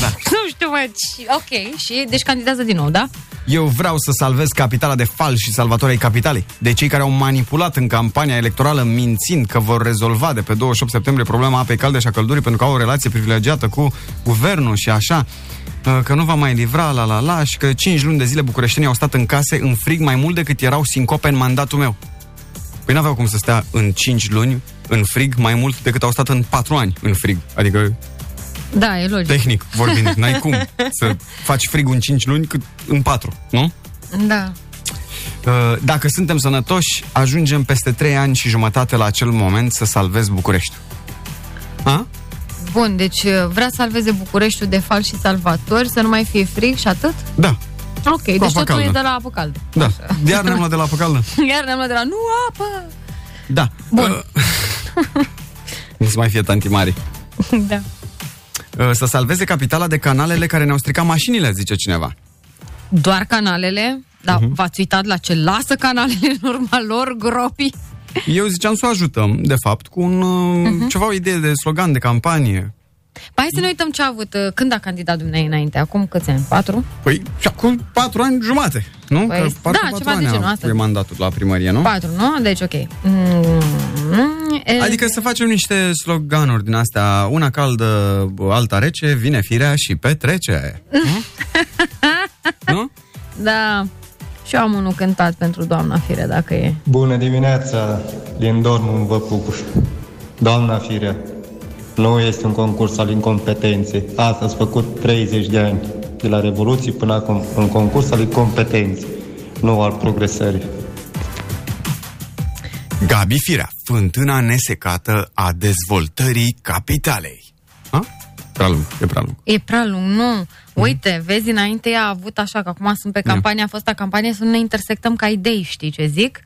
Da. Nu știu, mă, ci- ok, și deci candidează din nou, da? Eu vreau să salvez capitala de falși salvatori ai capitalei, de cei care au manipulat în campania electorală mințind că vor rezolva de pe 28 septembrie problema apei calde și a căldurii pentru că au o relație privilegiată cu guvernul și așa uh, că nu va mai livra, la la la, și că 5 luni de zile bucureștenii au stat în case în frig mai mult decât erau sincope în mandatul meu. Păi n-aveau cum să stea în 5 luni în frig mai mult decât au stat în 4 ani în frig. Adică, Da, e logic. tehnic vorbind, n-ai cum să faci frigul în 5 luni cât în 4, nu? Da. Uh, Dacă suntem sănătoși, ajungem peste 3 ani și jumătate la acel moment să salvezi București. A? Bun, deci uh, vrea să salveze Bucureștiul de fal și salvatori, să nu mai fie frig și atât? Da, Ok, Cu deci apă totul caldă. e de la apă caldă. da. Iar ne-am luat de la păcală? Iar ne-am luat de la nu apă! Da. Bun. nu să mai fie tanti mari. da. Uh, Să salveze capitala de canalele care ne-au stricat mașinile, zice cineva. Doar canalele, dar Mhm. v-ați uitat la ce lasă canalele în urma lor gropii? Eu ziceam să o ajutăm, de fapt, cu un, uh, Mhm. ceva, o idee de slogan, de campanie. Păi hai să ne uităm ce a avut, uh, când a candidat dumneavoastră înainte, acum câți ani, patru? Păi, și acum patru ani jumate, nu? Păi, Că da, parcă patru ceva de ani genul a- ăsta. E mandatul la primărie, nu? Patru, nu? Deci ok. Mm, e- Adică să facem niște sloganuri din astea, una caldă, alta rece, vine firea și petrece. Da, și eu am unul cântat pentru doamna Fire, dacă e. Bună dimineața, din dormul vă pupuș. Doamna Firea, nu este un concurs al incompetenței. Asta ați făcut 30 de ani, de la Revoluție până acum, un concurs al incompetenței, nu al progresării. Gabi Firea, fântâna nesecată a dezvoltării capitalei. A? Prea lung, e prea lung. E prea lung, nu. Uite, vezi, înainte ea a avut așa, că acum sunt pe campania, a fost a campanie să nu ne intersectăm ca idei, știi ce zic?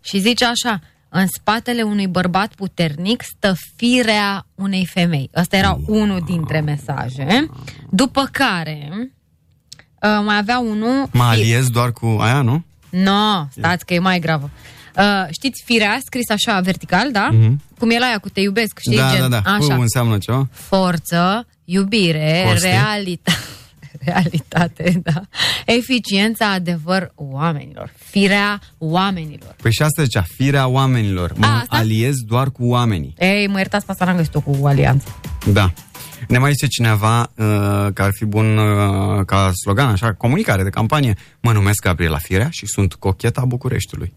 Și zice așa, în spatele unui bărbat puternic stă firea unei femei. Ăsta era unul dintre mesaje. După care, uh, mai avea unul... Mă aliez doar cu aia, nu? No, stați că e mai gravă. Uh, știți, firea scris așa vertical, da? Mhm. Cum e la aia cu te iubesc, știi? da, gen, da, da, Așa. U, înseamnă ceva? Forță, iubire, Coste. realitate. realitate, da. Eficiența, adevăr oamenilor. Firea oamenilor. Păi și asta zicea, firea oamenilor. Mă A, asta? aliez doar cu oamenii. Ei, mă iertați, pe asta n-am găsit-o cu alianță. Da. Ne mai zice cineva uh, că ar fi bun uh, ca slogan, așa, comunicare de campanie. Mă numesc Gabriela Firea și sunt cocheta Bucureștiului.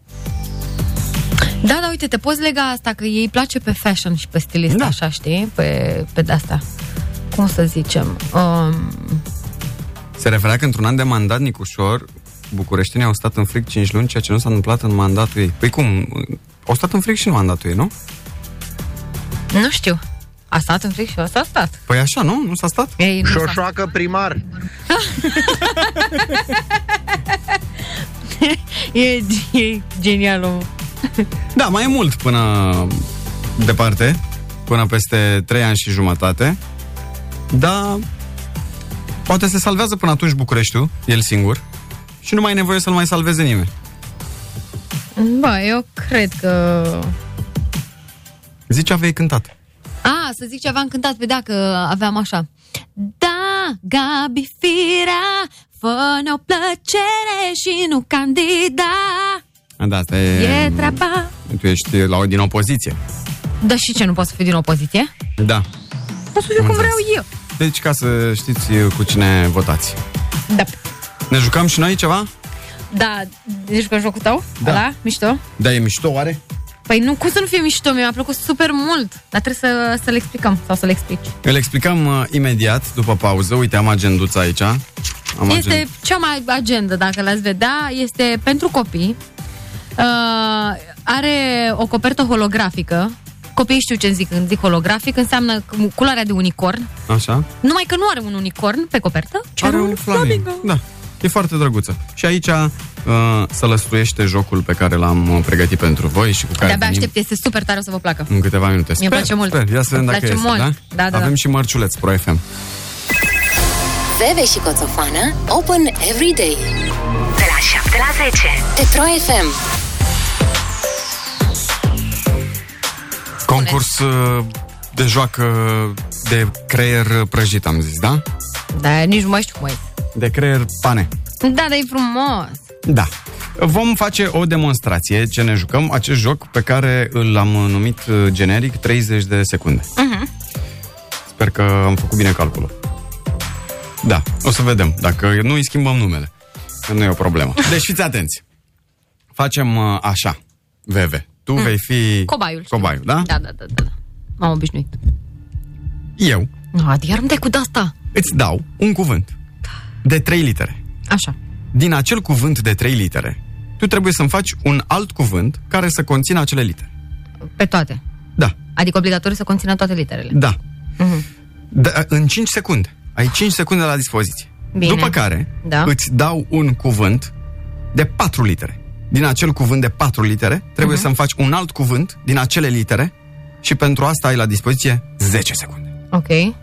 Da, da, uite, te poți lega asta, că ei place pe fashion și pe stilist, da. așa, știi? Pe, pe de-asta. Cum să zicem? Um, Se referea că într-un an de mandat, Nicușor, bucureștinii au stat în fric 5 luni, ceea ce nu s-a întâmplat în mandatul ei. Păi cum? Au stat în fric și în mandatul ei, nu? nu știu. A stat în fric și asta a stat. Păi așa, nu? Nu s-a stat? Ei, nu s-a Șoșoacă primar. e, e genial omul. Da, mai e mult până departe, până peste 3 ani și jumătate, dar poate se salvează până atunci Bucureștiul, el singur, și nu mai e nevoie să-l mai salveze nimeni. Bă, eu cred că... Zice, aveai cântat. A, să zic ce aveam cântat, pe dacă aveam așa. Da, Gabi Firea, fă-ne o plăcere și nu candida. A, Da, asta E, e... e treaba. Tu ești la, din opoziție. Da, și ce, nu poți să fii din opoziție? Da. Pot să fiu Am cum înțeles. vreau eu. Deci, ca să știți cu cine votați. Da. Ne jucăm și noi ceva? Da, deci pe jocul tău? Da. Ăla? Mișto? Da, e mișto, oare? Păi nu, cum să nu fie mișto? Mi-a plăcut super mult. Dar trebuie să, să-l explicăm sau să-l explici. Îl explicăm uh, imediat, după pauză. Uite, am agenduța aici. Am Este cea mai agendă, dacă l-ați vedea, este pentru copii. Uh, are o copertă holografică. Copiii știu ce zic când zic holografic, înseamnă cu- culoarea de unicorn. Așa? Numai că nu are un unicorn pe copertă, ci are, un flamingo. Da, e foarte drăguță. Și aici uh, să lăstruiește jocul pe care l-am uh, pregătit pentru voi și cu care Mm. De-abia venim aștept, este super tare, o să vă placă. în câteva minute. Mie place mult. Sper. Ia să vedem Îmi dacă place este, mult. da? Da, da, Avem da. și mărciuleț Pro FM. Bebe și Coțofană Open every day De la 7 la 10 Pe Pro FM Concurs uh, de joacă de creier prăjit, am zis, da? Da, nici nu mai știu cum e. De creier pane. Da, dar e frumos. Da. Vom face o demonstrație ce ne jucăm, acest joc pe care îl am numit uh, generic 30 de secunde. Uh-huh. Sper că am făcut bine calculul. Da, o să vedem. Dacă nu, îi schimbăm numele. Că nu e o problemă. Deci fiți atenți. Facem uh, așa. VV. tu mm. vei fi... Mhm. Cobaiul. Cobaiul, da? Da, da, da, da. M-am obișnuit. Eu No, adică iar nu te cu asta. îți dau un cuvânt de trei litere. Așa. Din acel cuvânt de trei litere, tu trebuie să-mi faci un alt cuvânt care să conțină acele litere. Pe toate. Da. Adică obligatoriu să conțină toate literele. Da. Mhm. Da, în 5 secunde. Ai 5 secunde la dispoziție. Bine. După care Da. îți dau un cuvânt de 4 litere. Din acel cuvânt de 4 litere Mhm. trebuie să-mi faci un alt cuvânt din acele litere și pentru asta ai la dispoziție 10 secunde. Ok.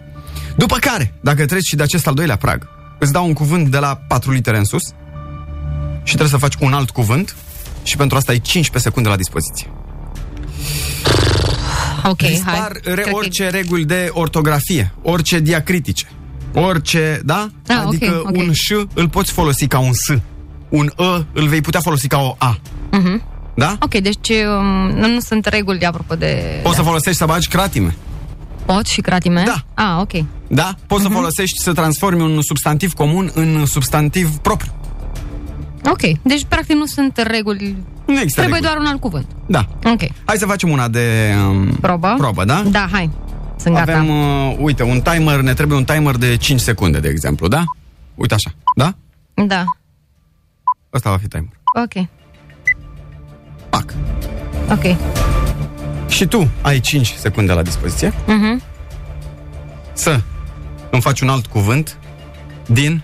După care, dacă treci și de acest al doilea prag, îți dau un cuvânt de la 4 litere în sus și trebuie să faci un alt cuvânt și pentru asta ai 15 secunde la dispoziție. Ok, hai. Dispar re, orice reguli de ortografie, orice diacritice, orice, da? Ah, ok, adică ok. un ș îl poți folosi ca un s, un ă îl vei putea folosi ca o a, Mhm. da? Ok, deci um, nu, nu sunt reguli apropo de... Poți să folosești să bagi cratime, Pot și cratime? Da. Ah, ok. da? Poți Mhm. să folosești să transformi un substantiv comun în substantiv propriu. Ok, deci practic nu sunt reguli. Nu există Trebuie reguli. doar un alt cuvânt. Da. Ok. Hai să facem una de um, probă. probă, da? Da, hai. Sunt gata. Avem, uh, uite, un timer, ne trebuie un timer de 5 secunde, de exemplu, da? Uite așa, da? Da, Ăsta va fi timer. ok. Pac. Ok. Și tu ai 5 secunde la dispoziție Mhm. să îmi faci un alt cuvânt din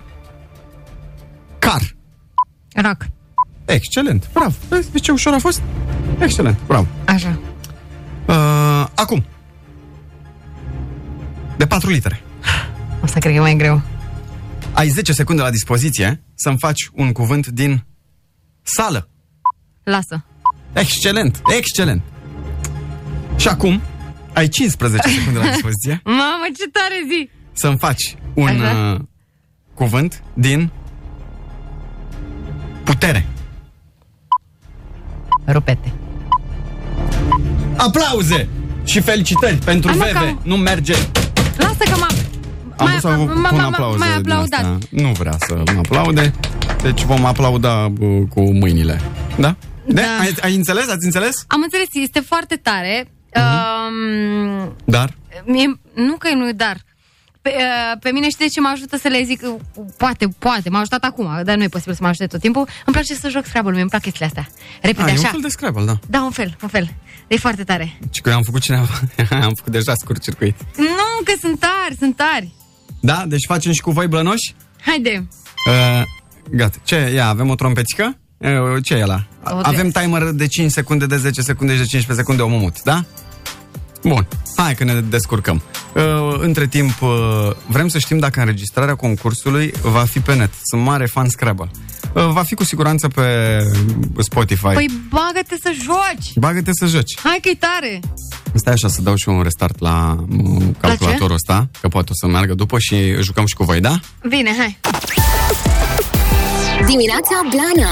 car. Rac. Excelent, bravo. Vezi vezi ce ușor a fost? Excelent, bravo. Așa. Uh, acum. De 4 litere. Asta cred că e mai greu. Ai 10 secunde la dispoziție să-mi faci un cuvânt din sală. Lasă. Excelent, excelent. Și acum ai 15 secunde la dispoziție Mamă, ce tare zi! să-mi faci un Așa. uh, cuvânt din putere. Rupete. Aplauze și felicitări pentru Hai, mă, VV. că am- Nu merge. Lasă că m-am... Am Mai- vrut să vă m-am- pun m-am- aplauze. m-ai din aplaudat. astea. Nu vrea să mă aplaude. Deci vom aplauda uh, cu mâinile. Da? De? Da. Ai, ai înțeles? Ați înțeles? Am înțeles, este foarte tare. Mhm. Um, Dar? mie, nu că nu, dar pe, uh, pe mine știi de ce mă ajută să le zic uh, poate, poate, m-a ajutat acum, dar nu e posibil să mă ajute tot timpul. Îmi place să joc Scrabble, mie îmi plac chestiile astea. Repede, Ah, e un Păi așa. fel de Scrabble, da. Da, un fel, un fel. E foarte tare. Și că eu am făcut cineva. am făcut deja scurt circuit. Nu, că sunt tari, sunt tari. Da? Deci facem și cu voi blănoși? Haide. Uh, gata. Ce? Ia, avem o trompetică? Uh, Ce e la? Avem timer de 5 secunde, de 10 secunde și de 15 secunde, o mumut, da? Bun, hai că ne descurcăm. Uh, între timp, uh, vrem să știm dacă înregistrarea concursului va fi pe net. Sunt mare fan Scrabble. Uh, va fi cu siguranță pe Spotify. Păi bagă-te să joci. Bagă-te să joci. Hai că e tare. Stai așa să dau și eu un restart la uh, calculatorul ăsta, că poate o să meargă după și jucăm și cu voi, da? Bine, hai. Dimineața Blana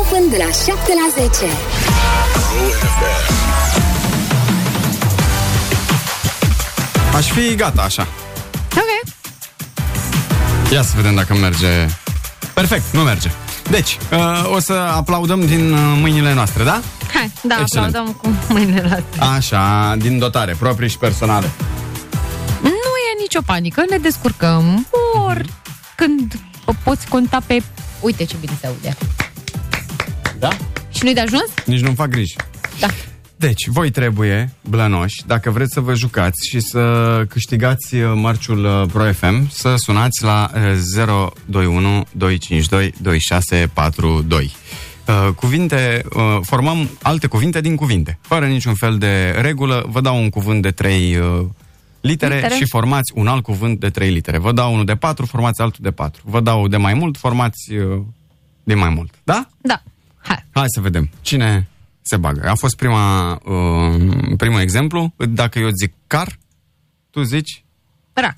Open de la 7 la 10 Aș fi gata așa. Ok. Ia să vedem dacă merge. Perfect, nu merge. Deci, uh, o să aplaudăm din uh, mâinile noastre, da? Hai, da, Excelent. aplaudăm cu mâinile la Așa, din dotare, proprii și personale. Nu e nicio panică, ne descurcăm. Ori când o poți conta pe... Uite ce bine se aude. Da? Și nu-i de ajuns? Nici nu-mi fac griji. Da. Deci, voi trebuie, blănoși, dacă vreți să vă jucați și să câștigați uh, mărciul uh, Pro FM, să sunați la uh, 021 252 2642. Uh, Cuvinte, uh, formăm alte cuvinte din cuvinte, fără niciun fel de regulă. Vă dau un cuvânt de trei uh, litere, Litere. litere și formați un alt cuvânt de trei litere. Vă dau unul de patru, formați altul de patru. Vă dau de mai mult, formați uh, de mai mult. Da? Da. Hai să vedem. Cine se bagă? A fost prima, uh, primul exemplu. Dacă eu zic car, tu zici... Rac.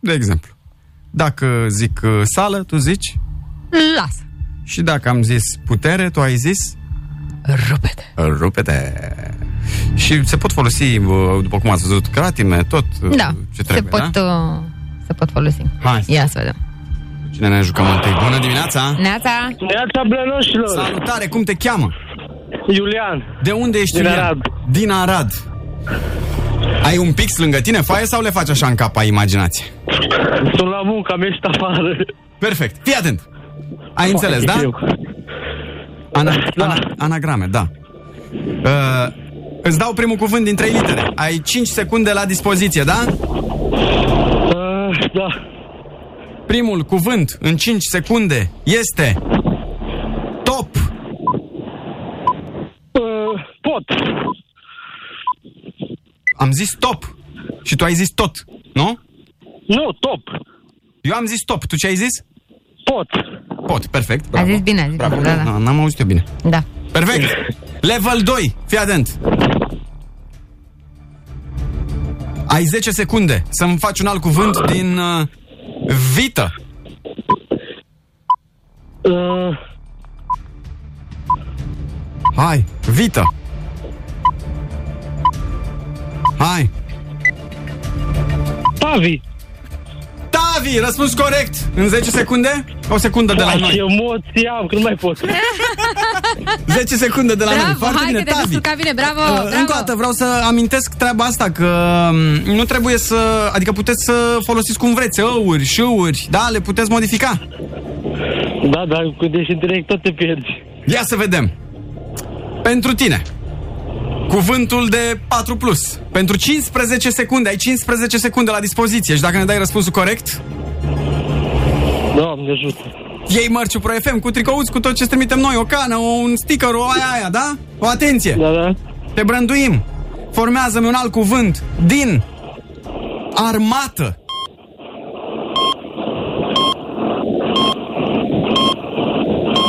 De exemplu. Dacă zic uh, sală, tu zici... Lasă. Și dacă am zis putere, tu ai zis... Rupete. Rupete. Și se pot folosi, uh, după cum ați văzut, cratime, tot uh, Da. ce trebuie, se pot, da? uh, se pot folosi. Hai. Ia să vedem. Cine ne jucăm întâi? Bună dimineața! Neața! Neața Blănoșilor! Salutare, cum te cheamă? Iulian. De unde ești, Din Iulian? Arad. Din Arad. Ai un pix lângă tine, faie, sau le faci așa în cap, ai imaginație? Sunt la muncă, am ieșit afară. Perfect. Fii atent. Ai înțeles, da? Ana, ana, anagrame, da. Uh, îți dau primul cuvânt din trei litere. Ai 5 secunde la dispoziție, da? Uh, da. Primul cuvânt în 5 secunde este top. Uh, pot. Am zis top. Și tu ai zis tot, nu? Nu, top. Eu am zis top. Tu ce ai zis? Pot. Pot, perfect. A Bravo. zis bine, a zis Bravo. bine, da, da. Da, N-am auzit eu bine. da. Perfect. Level 2. Fii atent. Ai 10 secunde să-mi faci un alt cuvânt din uh, vită. Uh, Hai, vită. Hai. Tavi. Tavi, răspuns corect. În 10 secunde? O secundă de la Ai, noi. emoții am, că nu mai pot. 10 secunde de la bravo, noi. Foarte hai bine, că te-ai Tavi. descurcat bine, bravo, Uh, Oh, bravo. Încă o dată vreau să amintesc treaba asta Că um, nu trebuie să Adică puteți să folosiți cum vreți Ăuri, șâuri, da? Le puteți modifica Da, da, când ești în direct tot te pierzi. Ia să vedem Pentru tine Cuvântul de 4 plus Pentru 15 secunde Ai 15 secunde la dispoziție Și dacă ne dai răspunsul corect Doamne ajută. Iei mărciu Pro FM cu tricouți, cu tot ce trimitem noi O cană, o- un sticker, o aia, aia, da? O atenție Da, da. Te brânduim Formează-mi un alt cuvânt Din Armată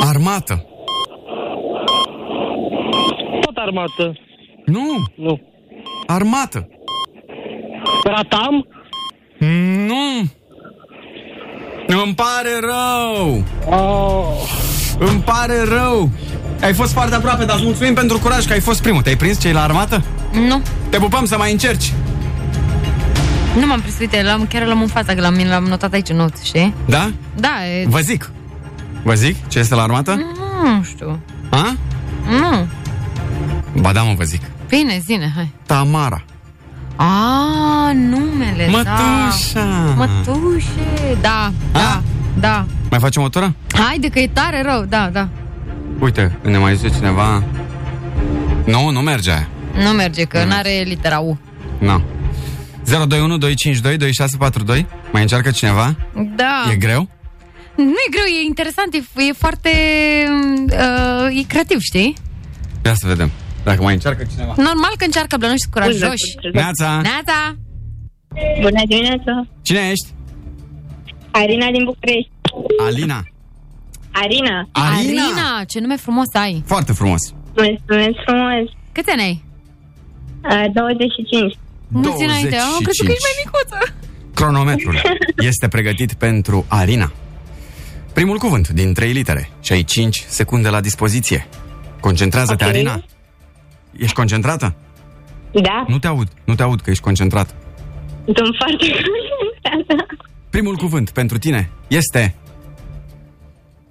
Armată Tot armată. Nu. Nu. Armată. Ratam? Nu. Îmi pare rău. Oh. Îmi pare rău. Ai fost foarte aproape, dar îți mulțumim pentru curaj că ai fost primul. Te-ai prins cei la armată? Nu, Te pupăm să mai încerci. nu m-am prins, uite, l-am, chiar l-am în fața, că l-am, l-am notat aici în not, știi? Da? Da, e... Vă zic. Vă zic ce este la Mm. armată? Nu știu. A? Nu. Ba da, mă, vă zic. Bine, zine, hai. Tamara. A, numele, Mătușa. da. Mătușe, da, da, da. Mai facem o tură? Haide că e tare rău, da, da. Uite, ne mai zice cineva... Nu, nu merge aia. Nu merge, că Mm. n-are litera U. Nu. 021 252 2642 Mai încearcă cineva? Da. E greu? Nu e greu, e interesant, e, e foarte... Uh, e creativ, știi? Ia să vedem. Dacă mai încearcă cineva. Normal că încearcă blănoști Exact. curajoși. Neața. Neața! Bună dimineața! Cine ești? Arina din București. Alina. Arina! Arina. Arina, ce nume frumos ai! Foarte frumos. Mulțumesc frumos! Câți ani ai? Uh, 25. Mulți înainte, am crezut că ești mai micuță. Cronometrul este pregătit pentru Arina. Primul cuvânt din trei litere și ai 5 secunde la dispoziție. Concentrează-te, Ok. Arina. Ești concentrată? Da, Nu te aud, nu te aud că ești concentrată. sunt foarte concentrată. Primul cuvânt pentru tine este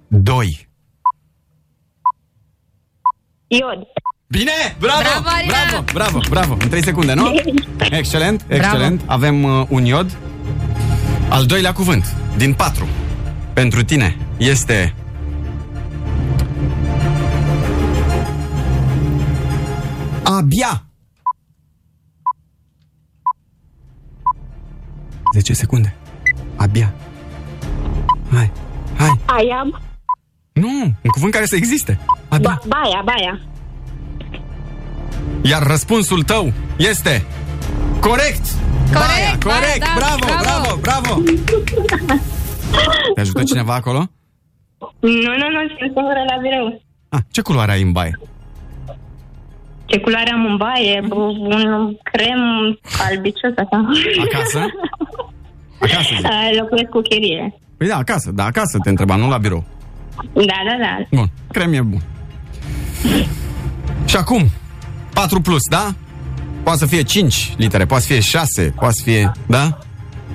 2. Iod. Bine! Bravo! Bravo, Arina! Bravo, bravo, bravo. În 3 secunde, nu? Excelent, Bravo. excelent. Avem uh, un iod. Al doilea cuvânt, din 4. Pentru tine este Abia! 10 secunde. Abia. Hai, hai. Aiam. Nu, un cuvânt care să existe. Abia. Ba- baia, baia. Iar răspunsul tău este corect! Corect, baia, corect, da, bravo, bravo, bravo. bravo! Te ajută cineva acolo? Nu, nu, nu, sunt singură la birou. Ah, ce culoare ai în baie? Ce culoare am în baie? B- Un crem albicios așa. Acasă? Acasă, zic. Uh, Locuiesc cu chirie. Păi da, acasă, da, acasă te întreba, nu la birou. Da, da, da. Bun, crem e bun. Și acum, 4 plus, da? Poate să fie 5 litere, poate să fie 6, poate să fie, da?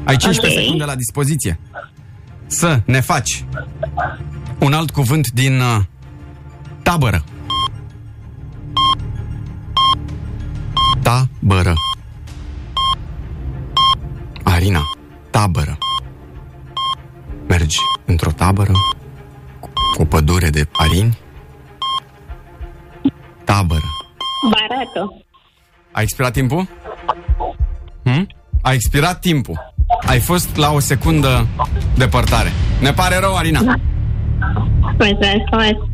Ai 15 Ok. secunde la dispoziție. Să ne faci un alt cuvânt din uh, tabără. Tabără. Arina, tabără. Mergi într-o tabără cu o pădure de arini. Tabără. Barată. A expirat timpul? Hm? A expirat timpul. Ai fost la o secundă departare. Ne pare rău, Da. Arina. Mulțumesc frumos.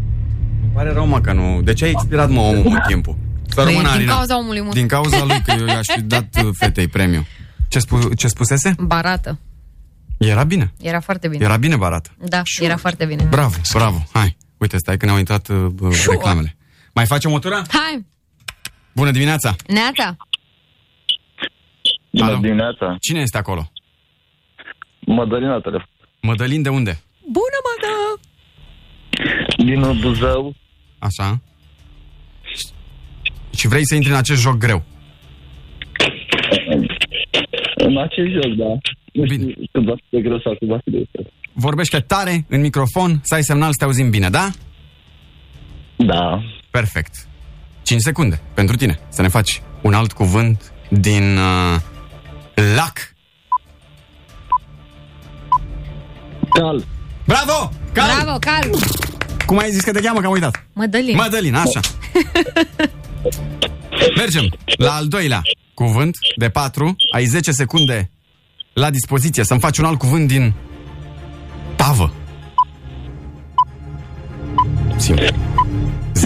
Ne pare rău, mă, că nu... De ce ai expirat, mă, omul mult timpul? Să Da. Păi, rămână, din Arina. cauza omului mult. Din cauza lui, că eu i-aș fi dat uh, fetei premiu. Ce, spu- ce spusese? Barată. Era bine. Era foarte bine. Era bine barată. Da, era foarte bine. Bravo, bravo. Hai, uite, stai că ne-au intrat uh, reclamele. Mai facem o tură? Hai, Bună dimineața! Neața. Bună dimineața! Cine este acolo? Mădălin la telefon. Mădălin de unde? Bună, mădă! Din Buzău. Așa. Și vrei să intri în acest joc greu. În acest joc, da. Nu știu când va fi de greu sau când va fi de ușor. Vorbește tare în microfon, să ai semnal să te auzim bine, da? Da. Perfect. 5 secunde pentru tine să ne faci un alt cuvânt din uh, lac. Cal. Bravo! Cal! Bravo, calm! Cum ai zis că te cheamă? Că am uitat. Mădălin. Mădălin, așa. Mergem la al doilea cuvânt de patru. Ai 10 secunde la dispoziție să-mi faci un alt cuvânt din tavă. Simplu.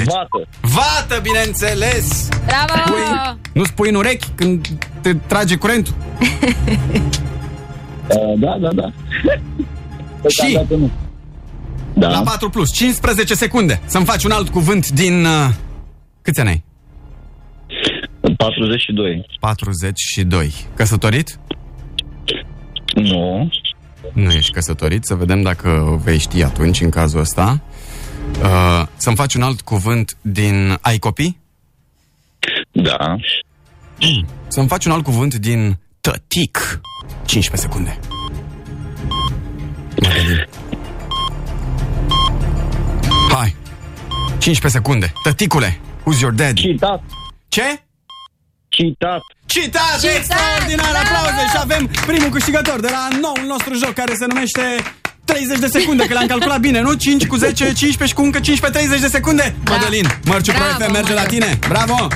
Vată. Vată, bineînțeles! Bravo! Păi, Nu spui în urechi când te trage curentul? Uh, da, da, da. Și da. la 4 plus, 15 secunde, să-mi faci un alt cuvânt din... uh, Câți ani ai? 42. 42. Căsătorit? Nu. Nu ești căsătorit, să vedem dacă vei ști atunci, în cazul ăsta. Uh, să-mi faci un alt cuvânt din... Ai copii? Da. Mm. Să-mi faci un alt cuvânt din tătic. 15 secunde. Madeline. Hai. 15 secunde. Tăticule, who's your daddy? Citat. Ce? Citat. Citat! Citat! Extraordinar! Aplauze! Și avem primul câștigător de la noul nostru joc care se numește 30 de secunde, că l-am calculat bine, nu? 5 cu 10, 15 și cu încă 15, 30 de secunde! Da. Madalin, Mărciu Pro Bravo, FM merge la Mădălin. tine! Bravo!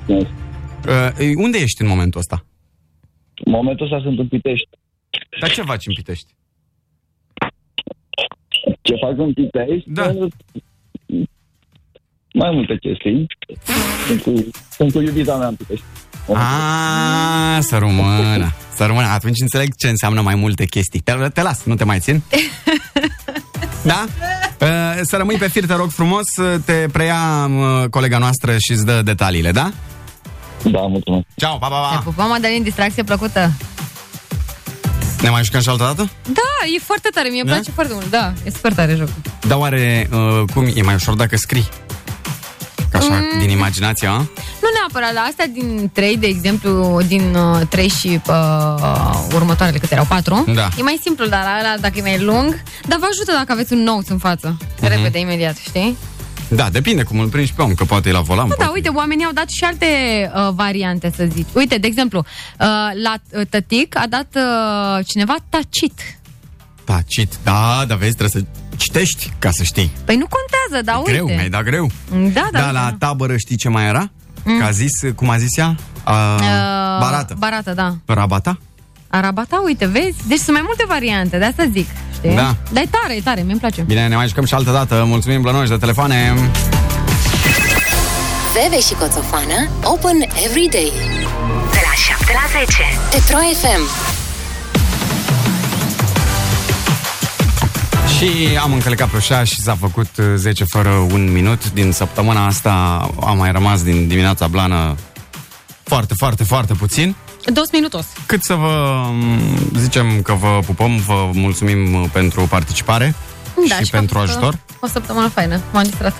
Uh, unde ești în momentul ăsta? În momentul ăsta sunt în Pitești. Dar ce faci în Pitești? Ce fac în Pitești? Da. Mai multe chestii. Sunt cu, sunt cu iubita mea în Pitești. Ah, să rămână. Să rămână. Atunci înțeleg ce înseamnă mai multe chestii. Te, te las, nu te mai țin. Da? Uh, Să rămâi pe fir, te rog frumos, te preia uh, colega noastră și îți dă detaliile, da? Da, mulțumesc. Ceau, pa, pa, Te pa. pupăm, Madalin, distracție plăcută. Ne mai jucăm și altă dată? Da, e foarte tare, mie îmi Da? place foarte mult, da, e super tare jocul. Dar oare uh, cum e mai ușor dacă scrii? Ca așa, Mm. din imaginația, a? Nu neapărat la asta din 3, de exemplu, din uh, 3 și uh, următoarele câte erau 4. Da. E mai simplu, dar la ăla, dacă e mai lung, dar vă ajută dacă aveți un nou în față. Mhm. Repede, imediat, știi? Da, depinde cum îl prinzi pe om, că poate e la volan. Nu, da, poate- uite, oamenii au dat și alte uh, variante, să zic. Uite, de exemplu, uh, la uh, tătic a dat uh, cineva tacit. Tacit. Da, dar vezi, trebuie să citești ca să știi. Păi nu contează, dar uite. Greu, mi-ai dat greu. Da, da. da, la tabără știi ce mai era? Mm. Mm. Că a zis, cum a zis ea? A, uh, Uh, barată. Barată, da. Rabata? Arabata, uite, vezi? Deci sunt mai multe variante, de asta zic. Știi? Da. Dar e tare, e tare, mi-e place. Bine, ne mai jucăm și altă dată. Mulțumim, Blănoș, de telefoane. Veve și Coțofană Open every day De la 7 la 10 Petro FM Și am încălcat pe ușa și s-a făcut uh, 10 fără un minut. Din săptămâna asta a mai rămas din dimineața blană foarte, foarte, foarte puțin. Dos minutos. Cât să vă mm, zicem că vă pupăm, vă mulțumim uh, pentru participare și, Da, că pentru a fost, ajutor. uh, O săptămână faină, m-am distrat.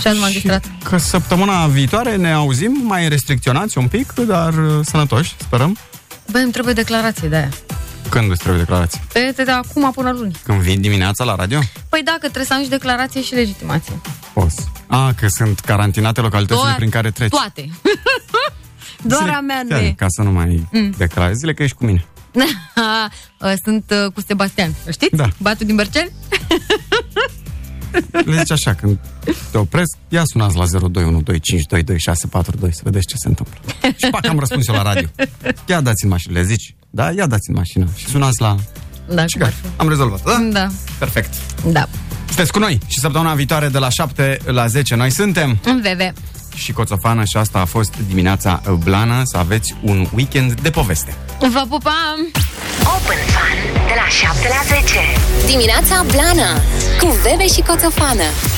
Și azi m-am distrat. Că săptămâna viitoare ne auzim mai restricționați un pic, dar uh, sănătoși, sperăm. Băi, îmi trebuie declarație de aia. Când îți trebuie declarații? Pe de, de acum până luni. Când vin dimineața la radio? Păi dacă trebuie să am și declarație și legitimație. Poți. A, că sunt carantinate localitățile Toate- prin care treci. Toate. Doar a mea nu Chiar, e. Ca să nu mai Mm. mm. declari zile că ești cu mine. Sunt uh, cu Sebastian, îl știți? Da. Batul din Berceni? Le zici așa, când te opresc, ia sunați la 0212522642 să vedeți ce se întâmplă. Și pac, am răspuns eu la radio. Ia dați în mașină, le zici. Da, ia dați în mașină. Și sunați la... Da, și gata, am rezolvat, da? Da. Perfect. Da. Sunteți cu noi și săptămâna viitoare de la 7 la 10 noi suntem În VV. și Coțofană și asta a fost dimineața blană, să aveți un weekend de poveste. Vă pupam! Open Fun de la 7 la 10. Dimineața Blana cu Bebe și Coțofană.